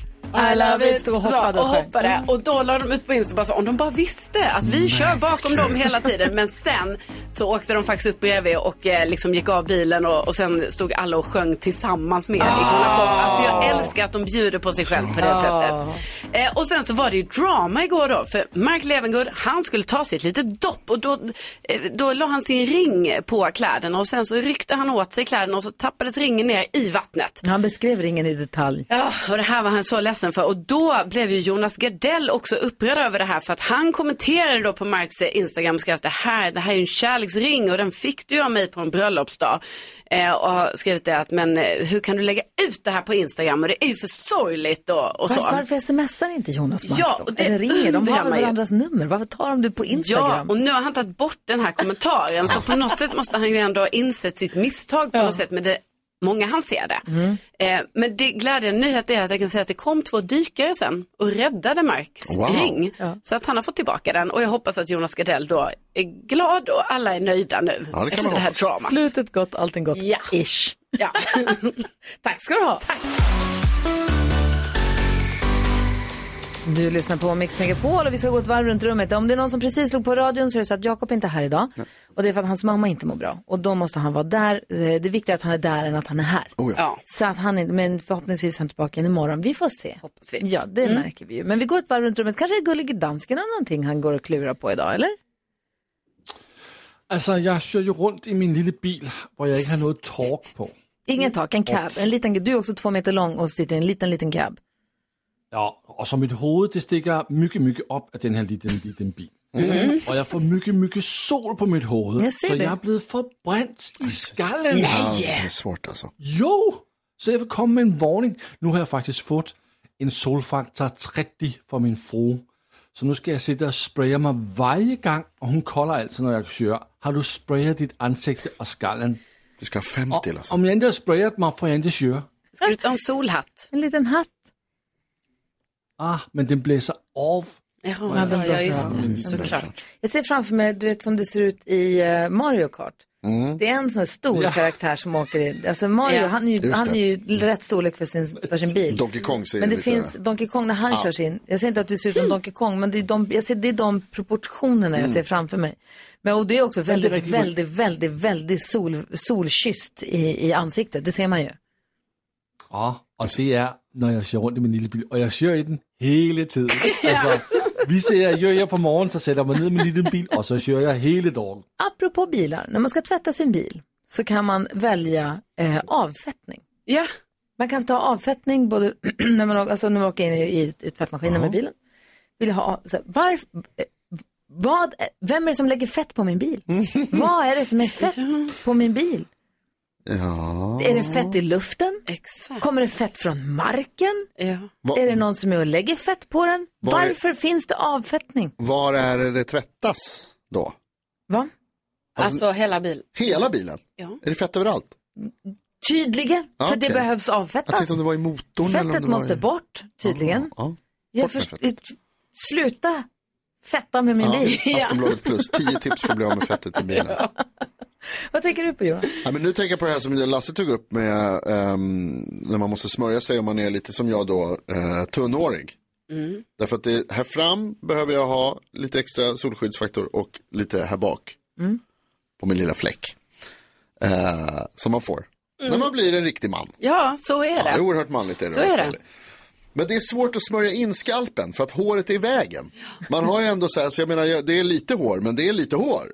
Speaker 3: I love it. Och hoppade
Speaker 7: så, och,
Speaker 3: och sjöng.
Speaker 7: hoppade. och då la de ut på Insta bara så, om de bara visste att vi kör bakom dem hela tiden. Men sen så åkte de faktiskt upp bredvid och eh, liksom gick av bilen och, och sen stod alla och sjöng tillsammans med i Kolla på. Alltså
Speaker 19: Ah.
Speaker 7: jag älskar att de bjuder på sig själv på det
Speaker 18: Ja.
Speaker 7: sättet. Eh, och sen så var det ju drama igår då. För Mark Levengood, han skulle ta sig ett litet dopp och då, eh, då la han sin ring på kläderna och sen så ryckte han åt sig kläderna och så tappades ringen ner i vattnet.
Speaker 3: Han beskrev ringen i detalj.
Speaker 7: Ja, Ah, och det här var han så ledsen för. Och då blev ju Jonas Gardell också upprörd över det här. För att han kommenterade då på Marks eh, Instagram och skrev att det här, det här är ju en kärleksring och den fick du av mig på en bröllopsdag. Eh, och har skrivit det att, men eh, hur kan du lägga ut det här på Instagram? Och det är ju för sorgligt och, och så.
Speaker 3: Varför, varför smsar inte Jonas Mark
Speaker 7: Ja,
Speaker 3: då?
Speaker 7: och det
Speaker 3: Eller ringer? De
Speaker 7: undrar
Speaker 3: har
Speaker 7: man
Speaker 3: väl
Speaker 7: ju.
Speaker 3: varandras nummer? Varför tar de det på Instagram?
Speaker 7: Ja, och nu har han tagit bort den här kommentaren. Så på något sätt måste han ju ändå ha insett sitt misstag på något sätt. Men det, många han ser det. Mm. Eh, men det glädjande nyhet är att jag kan säga att det kom två dykare sen och räddade Marks
Speaker 18: Wow.
Speaker 7: ring. Så att han har fått tillbaka den och jag hoppas att Jonas Gardell då är glad och alla är nöjda nu
Speaker 3: Ja, det kan
Speaker 7: efter
Speaker 3: man
Speaker 7: det här
Speaker 3: hoppas.
Speaker 7: dramat.
Speaker 3: Slutet gott, allting gott.
Speaker 7: Ja.
Speaker 3: Ish.
Speaker 7: Ja. Tack
Speaker 3: ska du ha. Du lyssnar på Mix Megapol och vi ska gå ett varv runt rummet. Om det är någon som precis slog på radion så är det så att Jakob inte är här idag. Och det är för att hans mamma inte mår bra. Och då måste han vara där. Eh, Det är viktigare att han är där än att han är här.
Speaker 5: Oh
Speaker 3: Så att han inte, men förhoppningsvis är han tillbaka igen imorgon. Vi får se. Hoppas vi. Ja, det
Speaker 7: Mm.
Speaker 3: märker vi ju. Men vi går ett varv runt rummet. Kanske är gullig i dansken eller någonting han går och klurar på idag, eller?
Speaker 10: Altså, jeg kører jo rundt i min lille bil, hvor jeg ikke har noget tork på.
Speaker 7: Mm.
Speaker 3: Ingen tak, en cab. En liten, du är också två meter lång och sitter i en liten, liten cab.
Speaker 10: Ja, og så mit hoved, det stikker mygge, mygge op af den her lille, lille bil. Og jeg får mygge, mygge sol på mit hoved,
Speaker 5: Mhm. Jeg ser
Speaker 10: så
Speaker 5: det.
Speaker 10: jeg er blevet forbrændt i skallen.
Speaker 5: Ja, det är svårt alltså.
Speaker 10: Jo, så jeg vil komme med en varning. Nu har jeg faktisk fået en solfaktor 30 fra min frue. Så nu skal jeg sidde og spraye mig hver gang, og hun kolder altid, når jeg kører. Har du sprayet dit ansigte og skallen?
Speaker 5: Du skal have fem
Speaker 10: til, Om jeg ikke har sprayet mig, får jeg ikke køre.
Speaker 7: Ska du ta en solhatt?
Speaker 3: En liten hatt.
Speaker 10: Ah, men den blæser off.
Speaker 3: Ja, den blåser av. Den blåser av. Jag ser framför mig, du vet som det ser ut i eh, Mario Kart. Det är en sån här stor
Speaker 5: Ja.
Speaker 3: karaktär som åker in. Alltså Mario,
Speaker 5: Ja.
Speaker 3: han, är ju,
Speaker 5: Just
Speaker 3: han
Speaker 5: det.
Speaker 3: är ju rätt storlek för sin, för sin bil.
Speaker 5: Donkey Kong säger
Speaker 3: Men det
Speaker 5: lite-
Speaker 3: finns, Donkey Kong när han
Speaker 5: Ja.
Speaker 3: kör sin, jag ser inte att du ser ut som Donkey Kong, men det är de, jag ser, det är de proportionerna jag
Speaker 5: Mm.
Speaker 3: ser framför mig. Men, och det är också
Speaker 5: Men det är
Speaker 3: väldigt,
Speaker 5: riktigt-
Speaker 3: väldigt, väldigt, väldigt sol, solkysst i, i ansiktet, det ser man ju.
Speaker 10: Ja, Ah, og det er, når jeg kører rundt i min lille bil, og jeg kører i den hele tiden. Altså, vi ser, jeg her på morgen, så sætter jeg mig ned i min lille bil, og så kører jeg hele dagen.
Speaker 3: Apropå bilar, när man ska tvätta sin bil så kan man välja eh, avfettning.
Speaker 7: Ja.
Speaker 3: Man kan ta avfettning både när man, å- alltså, när man åker in i, i, i tvättmaskinen med bilen. Vill jag ha, så här, varf, eh, vad, är- vem är det som lägger fett på min bil? Vad är det som är fett på min bil?
Speaker 5: Ja.
Speaker 3: Är det fett i luften?
Speaker 7: Exakt.
Speaker 3: Kommer det fett från marken?
Speaker 5: Va-
Speaker 3: Är det någon som är och lägger fett på den?
Speaker 5: Var är-
Speaker 3: Varför finns det avfettning?
Speaker 5: Var är det det tvättas då?
Speaker 3: Va?
Speaker 5: Alltså,
Speaker 7: hela bilen.
Speaker 5: Hela bilen?
Speaker 7: Ja.
Speaker 5: Är det fett överallt?
Speaker 3: Tydligen,
Speaker 5: Ja,
Speaker 3: för det
Speaker 5: okej.
Speaker 3: behövs
Speaker 5: Jag
Speaker 3: avfettas.
Speaker 5: tänkte om det var i motorn eller om
Speaker 3: Fettet
Speaker 5: det var
Speaker 3: måste
Speaker 5: i-
Speaker 3: bort, tydligen.
Speaker 5: Ja.
Speaker 3: Jag
Speaker 5: Bort med
Speaker 3: först... Sluta fetta med min bil.
Speaker 5: Ja. Aftonbladet plus, 10 tips för att bli av med fettet i bilen.
Speaker 3: Vad tänker du på Johan?
Speaker 5: Ja, men nu tänker jag på det här som Lasse tog upp med ehm, när man måste smörja sig om man är lite som jag då, eh, tunnhårig.
Speaker 7: Mm.
Speaker 5: Därför att det, här fram behöver jag ha lite extra solskyddsfaktor och lite här bak
Speaker 7: Mm.
Speaker 5: på min lilla fläck. Eh, som man får.
Speaker 7: Mm.
Speaker 5: När man blir en riktig man.
Speaker 7: Ja, så är
Speaker 5: Ja, det är
Speaker 7: det.
Speaker 5: oerhört manligt. Är det
Speaker 7: Så är det.
Speaker 5: Stanley. Men det är svårt att smörja in skalpen för att håret är i vägen. Man har ju ändå så här, så jag menar jag- det är lite hår, men det är lite hår.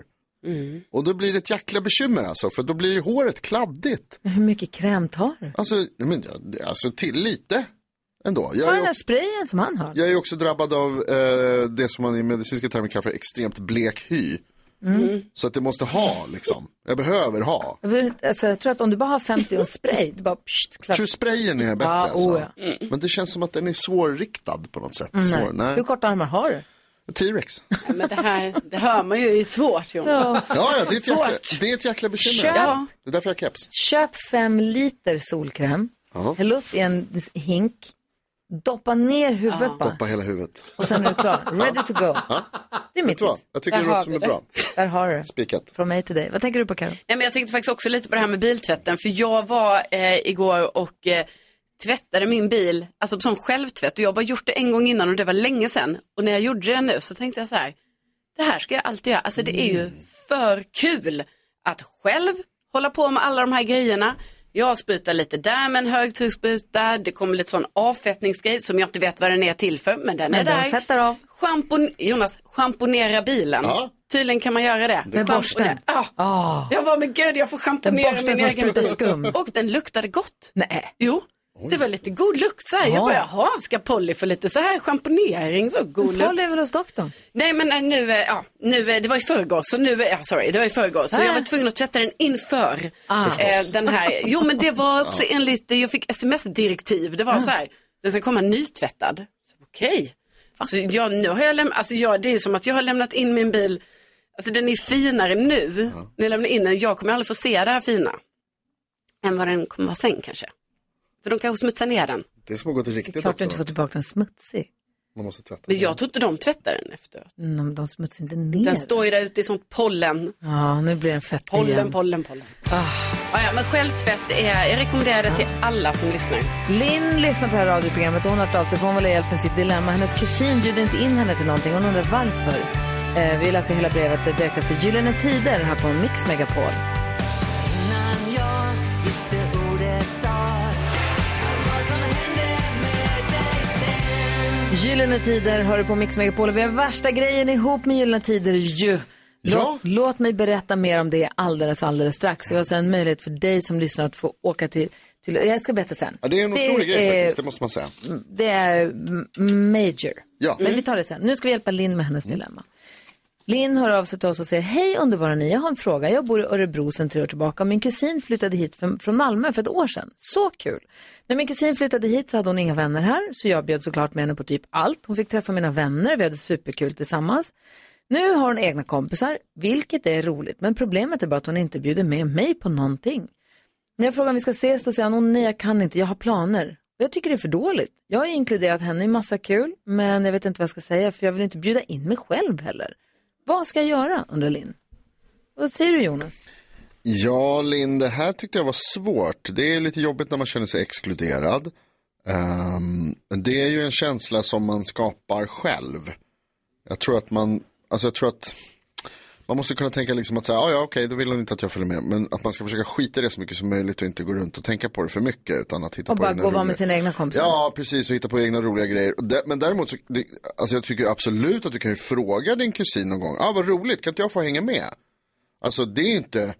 Speaker 20: Mm.
Speaker 5: Och då blir det ett jäkla bekymmer alltså, för då blir ju håret kladdigt.
Speaker 3: Men Hur mycket kräm tar du?
Speaker 5: Alltså, nej, men, jag- alltså till lite ändå. Jag
Speaker 3: Ta
Speaker 5: är
Speaker 3: den
Speaker 5: ju
Speaker 3: där
Speaker 5: också,
Speaker 3: sprayen som han har.
Speaker 5: jag är också drabbad av eh, det som man i medicinska termer kallar för extremt blek hy.
Speaker 3: Mm.
Speaker 5: Så att det måste ha liksom. Jag behöver ha.
Speaker 3: Jag vill- Alltså, jag tror att om du bara har 50 och spray, det bara pst, klart.
Speaker 5: Tror du sprayen är bättre?
Speaker 3: Ja,
Speaker 5: alltså?
Speaker 3: oh, ja. Mm.
Speaker 5: Men det känns som att den är svårriktad på något sätt.
Speaker 3: Nej.
Speaker 5: Svår, nej.
Speaker 3: Hur korta armar har du?
Speaker 5: T-rex.
Speaker 7: Ja, men det här, det hör man ju, det är svårt Jonas.
Speaker 5: Ja, ja det, är ett jäkla,
Speaker 7: Svårt.
Speaker 5: det är ett jäkla bekymmer.
Speaker 3: Köp.
Speaker 5: Ja. Det är därför jag har keps.
Speaker 3: Köp fem liter solkräm,
Speaker 5: Ja.
Speaker 3: häll upp i en hink, doppa ner huvudet bara
Speaker 5: Doppa hela huvudet.
Speaker 3: och sen är du klar. Ready to go.
Speaker 5: Ja.
Speaker 3: Det är mitt
Speaker 5: Vet du vad?
Speaker 3: tips.
Speaker 5: Jag tycker
Speaker 7: Där
Speaker 5: det
Speaker 7: har
Speaker 5: låter som
Speaker 7: vi
Speaker 5: är
Speaker 7: det.
Speaker 5: bra.
Speaker 3: Där har du det.
Speaker 5: Spikat.
Speaker 3: Från mig till dig. Vad tänker du på Karin?
Speaker 7: Nej, men jag tänkte faktiskt också lite på det här med biltvätten. För jag var eh, igår och eh, tvättade min bil, alltså som självtvätt. Och jag har bara gjort det en gång innan och det var länge sedan. Och när jag gjorde det nu så tänkte jag så här, det här ska jag alltid göra. Alltså det är ju
Speaker 3: Mm.
Speaker 7: för kul att själv hålla på med alla de här grejerna. Jag sprutar lite där med en högtrycksspruta. Det kommer lite sån avfettningsgrej som jag inte vet vad den är till för, men den är
Speaker 3: Men den
Speaker 7: där.
Speaker 3: fettar av.
Speaker 7: Schampon- Jonas, schamponera bilen.
Speaker 3: Ja.
Speaker 7: Tydligen kan man göra det.
Speaker 3: Med borsten.
Speaker 7: Schamponera- Ja.
Speaker 3: Ah.
Speaker 7: Jag bara, men gud, jag får schamponera
Speaker 3: Den borsten som sprutar skum.
Speaker 7: Och den luktade gott.
Speaker 3: Nej.
Speaker 7: Jo, det var lite god lukt så här.
Speaker 3: Ja.
Speaker 7: Jag bara, jaha, ska Polly få lite så här schamponering, så god
Speaker 3: Paul
Speaker 7: lukt.
Speaker 3: är väl hos doktorn?
Speaker 7: Nej men eh, nu, eh, ja, nu, eh, det var i förrgår, så nu, eh, ja sorry, det var i förrgår, så
Speaker 3: Ah.
Speaker 7: jag var tvungen att tvätta den inför
Speaker 3: Ah.
Speaker 7: eh,
Speaker 3: Förstås.
Speaker 7: den här. Jo men det var också
Speaker 3: Ja.
Speaker 7: enligt, eh, jag fick sms-direktiv, det var så här, den ska komma nytvättad. Så, Okej, så jag, nu har jag lämnat, alltså jag, det är som att jag har lämnat in min bil, alltså den är finare nu, när jag lämnar in den, jag kommer aldrig få se det här fina. Än vad den kommer vara sen kanske. För de kanske smutsar ner den.
Speaker 5: Det är som att gå till
Speaker 3: Det är
Speaker 5: riktigt
Speaker 3: klart du inte
Speaker 5: doktor.
Speaker 3: får tillbaka den smutsig.
Speaker 5: Man måste tvätta.
Speaker 7: Men jag tror inte de tvättar den efteråt.
Speaker 3: Mm, de smutsar inte ner.
Speaker 7: Den står ju där ute i sånt pollen.
Speaker 3: Ja, nu blir den fett
Speaker 7: Pollen,
Speaker 3: igen.
Speaker 7: pollen, pollen. Ah, ja, men självtvätt, är, jag rekommenderar det till alla som lyssnar.
Speaker 3: Linn lyssnar på det här radioprogrammet och hon har hört av sig för hon vill ha hjälp med sitt dilemma. Hennes kusin bjuder inte in henne till någonting. Hon undrar varför. Eh, vi läser hela brevet direkt efter Gyllene Tider här på Mix Megapol.
Speaker 2: Innan jag visste ordet dag Vad som hände med dig sen
Speaker 3: Gyllene Tider hör du på Mix Megapol. Vi har värsta grejen ihop med Gyllene Tider ju. Låt, låt mig berätta mer om det alldeles, alldeles strax. Vi har sen möjlighet för dig som lyssnar att få åka till, till jag ska berätta sen.
Speaker 5: Ja, det är en otrolig grej faktiskt, det måste man säga.
Speaker 3: Det är m- major.
Speaker 5: Ja.
Speaker 3: Men vi tar det sen. Nu ska vi hjälpa Linn med hennes dilemma. Linn hör av sig till oss och säger, hej underbara ni, jag har en fråga. Jag bor i Örebro sedan tre år tillbaka och min kusin flyttade hit från- från Malmö för ett år sedan. Så kul! När min kusin flyttade hit så hade hon inga vänner här, så jag bjöd såklart med henne på typ allt. Hon fick träffa mina vänner, vi hade superkul tillsammans. Nu har hon egna kompisar, vilket är roligt, men problemet är bara att hon inte bjuder med mig på någonting. När jag frågar om vi ska ses då säger han, "Åh, nej jag kan inte, jag har planer. Och jag tycker det är för dåligt. Jag har ju inkluderat henne i massa kul, men jag vet inte vad jag ska säga för jag vill inte bjuda in mig själv heller. Vad ska jag göra, undrar Linn. Vad säger du Jonas?
Speaker 5: Ja, Linn, det här tyckte jag var svårt. Det är lite jobbigt när man känner sig exkluderad. Ehm, men det är ju en känsla som man skapar själv. Jag tror att man, alltså jag tror att man måste kunna tänka liksom att säga, ja, ja, okej, då vill han inte att jag följer med. Men att man ska försöka skita i det så mycket som möjligt och inte gå runt och tänka på det för mycket utan att hitta
Speaker 3: Och
Speaker 5: på
Speaker 3: bara
Speaker 5: egna
Speaker 3: gå och vara
Speaker 5: roliga-
Speaker 3: med sina egna kompisar.
Speaker 5: Ja, precis, och hitta på egna roliga grejer. Och dä- Men däremot, så, det, alltså jag tycker absolut att du kan ju fråga din kusin någon gång, ah, vad roligt, kan inte jag få hänga med? Alltså det är inte,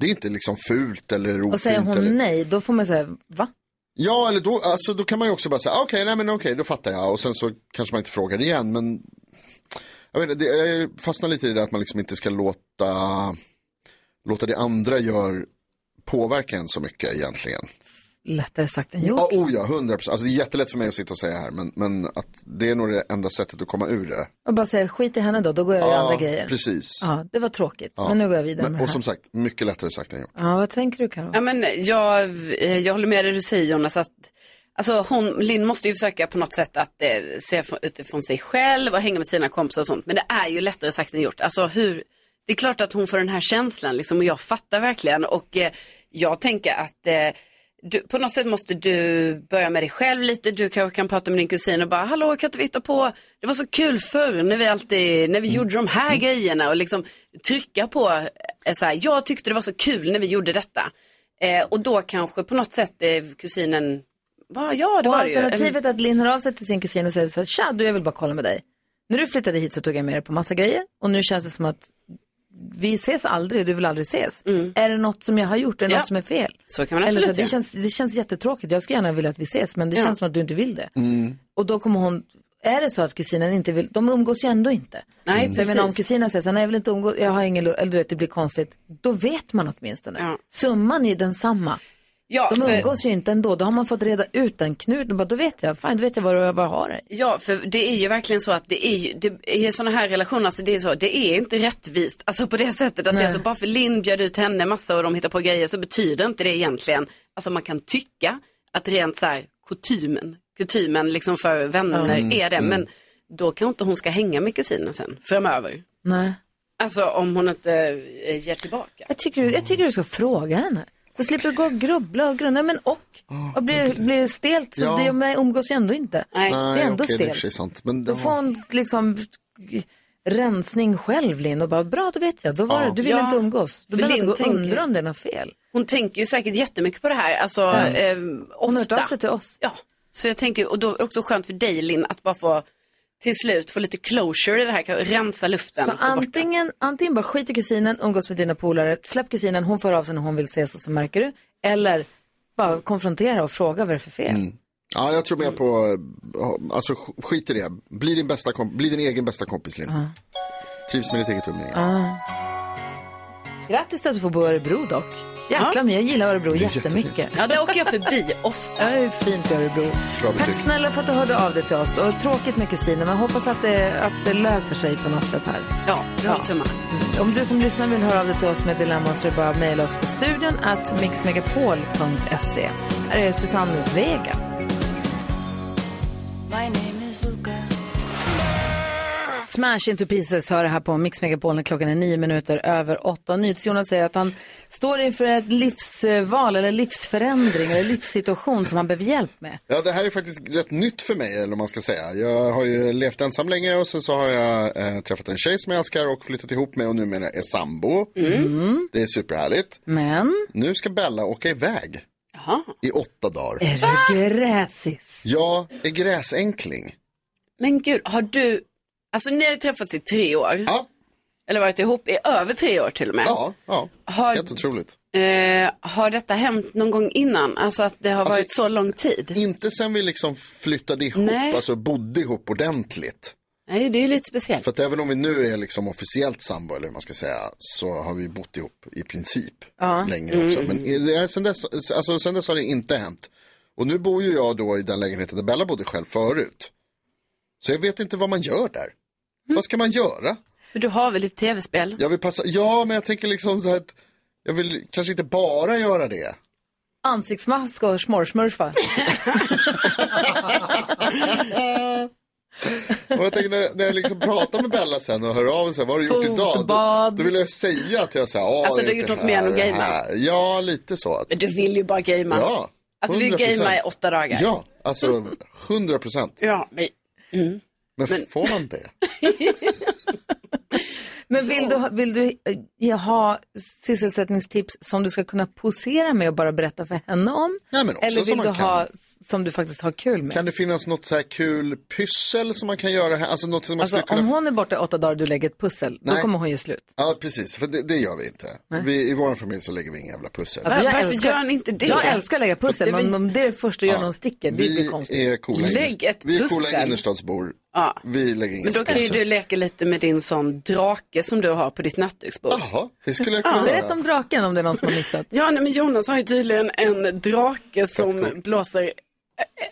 Speaker 5: det är inte liksom fult eller ofint.
Speaker 3: Och säger
Speaker 5: eller...
Speaker 3: hon nej, då får man säga, va?
Speaker 5: Ja, eller då, alltså, då kan man ju också bara säga, ah, okej, nej men okej, då fattar jag. Och sen så kanske man inte frågar igen, men jag, vet, inte, det, jag fastnar lite i det där att man liksom inte ska låta, låta det andra gör påverka en så mycket egentligen.
Speaker 3: Lättare sagt än gjort.
Speaker 5: Ja, oh ja, hundra procent. Alltså det är jättelätt för mig att sitta och säga här, men, men att det är nog det enda sättet att komma ur det.
Speaker 3: Och bara säga, skit i henne då, då går jag och gör andra grejer.
Speaker 5: precis.
Speaker 3: Ja, det var tråkigt,
Speaker 5: Ja.
Speaker 3: men nu går jag vidare med
Speaker 5: Men,
Speaker 3: det
Speaker 5: och
Speaker 3: här.
Speaker 5: som sagt, mycket lättare sagt än gjort.
Speaker 3: Ja, vad tänker du Karo?
Speaker 7: Ja, men jag, eh, jag håller med dig du säger Jonas. Att, alltså hon, Linn måste ju försöka på något sätt att eh, se f- utifrån sig själv och hänga med sina kompisar och sånt. Men det är ju lättare sagt än gjort. Alltså hur, det är klart att hon får den här känslan liksom, och jag fattar verkligen. Och eh, jag tänker att eh, du, på något sätt måste du börja med dig själv lite. Du kanske kan prata med din kusin och bara, hallå kan inte vi hitta på, det var så kul förr när vi alltid, när vi
Speaker 3: Mm.
Speaker 7: gjorde de här grejerna och liksom trycka på, eh, så här, jag tyckte det var så kul när vi gjorde detta. Eh, och då kanske på något sätt eh, kusinen, bara, ja det
Speaker 3: och
Speaker 7: var det ju. Mm.
Speaker 3: alternativet att Linn hör av sig till sin kusin och säger så här, tja du jag vill bara kolla med dig. När du flyttade hit så tog jag med dig på massa grejer och nu känns det som att vi ses aldrig och du vill aldrig ses. Är det något som jag har gjort, är
Speaker 7: Mm.
Speaker 3: det
Speaker 7: Ja.
Speaker 3: något som är fel?
Speaker 7: Så kan man
Speaker 3: Eller
Speaker 7: absolut
Speaker 3: så, här, det,
Speaker 7: göra.
Speaker 3: känns, det känns jättetråkigt, jag skulle gärna vilja att vi ses men det
Speaker 7: Ja.
Speaker 3: känns som att du inte vill det.
Speaker 2: Mm.
Speaker 3: Och då kommer hon, är det så att kusinen inte vill, de umgås ju ändå inte.
Speaker 7: Nej,
Speaker 3: så jag
Speaker 7: precis.
Speaker 3: menar om kusinen säger så här, nej jag vill inte umgås, jag har ingen lu-" eller du vet det blir konstigt, då vet man åtminstone. Summan är ju densamma.
Speaker 7: Ja,
Speaker 3: de
Speaker 7: för-
Speaker 3: umgås ju inte ändå, då har man fått reda ut den knuten, Bara, då vet jag, fan, då vet jag vad jag vad jag har dig.
Speaker 7: Ja, för det är ju verkligen så att det är ju, det är sådana här relationer, alltså det är så, det är inte rättvist. Alltså på det sättet att det
Speaker 3: Nej.
Speaker 7: är så, bara för Linn bjöd ut henne massa och de hittar på grejer så betyder inte det egentligen, alltså man kan tycka att rent så här kutymen, kutymen liksom för vänner
Speaker 3: Mm,
Speaker 7: är det,
Speaker 3: mm.
Speaker 7: men då kanske inte hon ska hänga med kusinen sen, framöver.
Speaker 3: Nej.
Speaker 7: Alltså om hon inte eh, ger tillbaka.
Speaker 3: Jag tycker, jag tycker du ska fråga henne. Så slipper du gå och grubbla och grunna. Men och, och blir, blir det stelt så
Speaker 5: Ah, Ja.
Speaker 3: det, men jag umgås ju ändå inte. det är ändå
Speaker 5: okej, det är i och för sig
Speaker 3: stelt.
Speaker 5: sant. Men,
Speaker 3: Då får hon liksom rensning själv Linn och bara bra då vet jag, då var
Speaker 7: Ja.
Speaker 3: det, du vill
Speaker 7: Ja.
Speaker 3: inte umgås. Du
Speaker 7: För
Speaker 3: behöver
Speaker 7: Linn
Speaker 3: inte gå och
Speaker 7: tänker-
Speaker 3: undra om det är något fel.
Speaker 7: Hon tänker ju säkert jättemycket på det här, alltså eh, ofta. Hon
Speaker 3: hört av sig till oss.
Speaker 7: Ja, så jag tänker, och då är det också skönt för dig Linn att bara få till slut få lite closure i det här, kan rensa luften.
Speaker 3: Så
Speaker 7: få bort
Speaker 3: antingen, antingen bara skit i kusinen, umgås med dina polare, släpp kusinen, hon får av sig när hon vill ses och så märker du. Eller bara konfrontera och fråga vad det är för fel.
Speaker 5: Ja, jag tror mer på, alltså sk- skit i det. Bli din, bästa komp- bli din egen bästa kompis, Linn.
Speaker 3: Ja.
Speaker 5: Trivs med ditt eget umgänge.
Speaker 3: Ah. Grattis till att du får bo i Örebro dock. Jäklar, men jag gillar Örebro jättemycket.
Speaker 7: Ja, där åker jag förbi ofta.
Speaker 3: Det är fint i Örebro.
Speaker 5: Bra
Speaker 3: Tack
Speaker 5: betyg.
Speaker 3: snälla för att du hörde av dig till oss. Och tråkigt med kusinen, men hoppas att det, att det löser sig på något sätt här.
Speaker 7: Ja, vi håller tummarna.
Speaker 3: Mm. Om du som lyssnar vill höra av dig till oss med dilemma så är det bara att mejla oss på studion at mixmegapol.se. Här är Susanne Vega.
Speaker 2: My name is Luca
Speaker 3: Smash into pieces hör det här på Mix Megapol när klockan är nio minuter över åtta. Jonas säger att han står inför ett livsval eller livsförändring eller livssituation som han behöver hjälp med.
Speaker 5: Ja, det här är faktiskt rätt nytt för mig, eller vad man ska säga. Jag har ju levt ensam länge och sen så har jag eh, träffat en tjej som jag älskar och flyttat ihop med och numera är sambo.
Speaker 3: Mm.
Speaker 5: Det är superhärligt.
Speaker 3: Men?
Speaker 5: Nu ska Bella åka iväg. I åtta dagar.
Speaker 3: Är du gräsis?
Speaker 5: Jag är gräsänkling.
Speaker 7: Men gud, har du, alltså ni har ju träffats i tre år. Eller varit ihop i över tre år till och med.
Speaker 5: Ja, ja.
Speaker 7: Har,
Speaker 5: Helt otroligt.
Speaker 7: eh, har detta hänt någon gång innan? Alltså att det har
Speaker 5: Alltså,
Speaker 7: varit så lång tid?
Speaker 5: Inte sen vi liksom flyttade ihop,
Speaker 7: Nej.
Speaker 5: alltså bodde ihop ordentligt.
Speaker 7: Nej, det är ju lite speciellt.
Speaker 5: För att även om vi nu är liksom officiellt sambo eller vad man ska säga så har vi bott ihop i princip
Speaker 2: Ja.
Speaker 5: länge också.
Speaker 2: Mm.
Speaker 5: Men i- det är- sen dess, alltså, sen dess har det inte hänt. Och nu bor ju jag då i den lägenheten där Bella bodde själv förut. Så jag vet inte vad man gör där. Vad ska man göra?
Speaker 7: Mm. Men du har väl lite tv-spel?
Speaker 5: Jag vill passa, ja men jag tänker liksom så här att jag vill kanske inte bara göra det.
Speaker 3: Ansiktsmask och smårsmurfar.
Speaker 5: Och jag tänker när, när jag liksom pratar med Bella sen och hör av mig så här, vad har du gjort idag? Då, då vill jag säga att jag så här, "Ja,
Speaker 7: Alltså,
Speaker 5: jag
Speaker 7: du har
Speaker 5: har
Speaker 7: gjort
Speaker 5: det
Speaker 7: något mer än att
Speaker 5: här, det
Speaker 7: gamea."
Speaker 5: här." Ja, lite så. Att,
Speaker 7: Men du vill ju bara gamea.
Speaker 5: Ja,
Speaker 7: Alltså vi
Speaker 5: 100%.
Speaker 7: gamea i åtta dagar.
Speaker 5: ja, alltså 100 procent.
Speaker 7: Ja, men... Mm.
Speaker 5: Men, får man det?
Speaker 3: Men
Speaker 5: Alltså,
Speaker 3: vill du, ha- vill du eh, ge- ha sysselsättningstips som du ska kunna posera med och bara berätta för henne om?
Speaker 5: Nej, men också
Speaker 3: Eller vill
Speaker 5: som man
Speaker 3: du
Speaker 5: kan.
Speaker 3: ha som du faktiskt har kul med?
Speaker 5: Kan det finnas något så här kul pyssel som man kan göra här? Alltså något som man
Speaker 3: Alltså,
Speaker 5: skulle kunna...
Speaker 3: Om hon är borta i åtta dagar och du lägger ett pussel, då
Speaker 5: Nej.
Speaker 3: kommer hon ju slut.
Speaker 5: Ja, precis, för det, det gör vi inte. Vi, I vår familj så lägger vi inga jävla pussel.
Speaker 3: Alltså, jag älskar- Jag älskar att lägga pussel,
Speaker 5: För det
Speaker 3: men om det är det första du gör
Speaker 5: Ja,
Speaker 3: någon sticker, det blir
Speaker 5: Vi
Speaker 3: konstigt.
Speaker 5: är coola,
Speaker 7: Lägg
Speaker 5: innerst-
Speaker 7: ett
Speaker 5: vi är coola
Speaker 7: pussel.
Speaker 5: innerstadsbor.
Speaker 7: Ja.
Speaker 5: Vi lägger inga
Speaker 7: Men då kan ju du leka lite med din sån drake som du har på ditt nattduksbord.
Speaker 5: Jaha, det skulle jag
Speaker 7: Ja.
Speaker 5: kunna
Speaker 7: Berätta
Speaker 5: göra.
Speaker 7: om
Speaker 3: draken om det är någon som har missat.
Speaker 7: Ja, nej, men Jonas har ju tydligen en drake som blåser ä-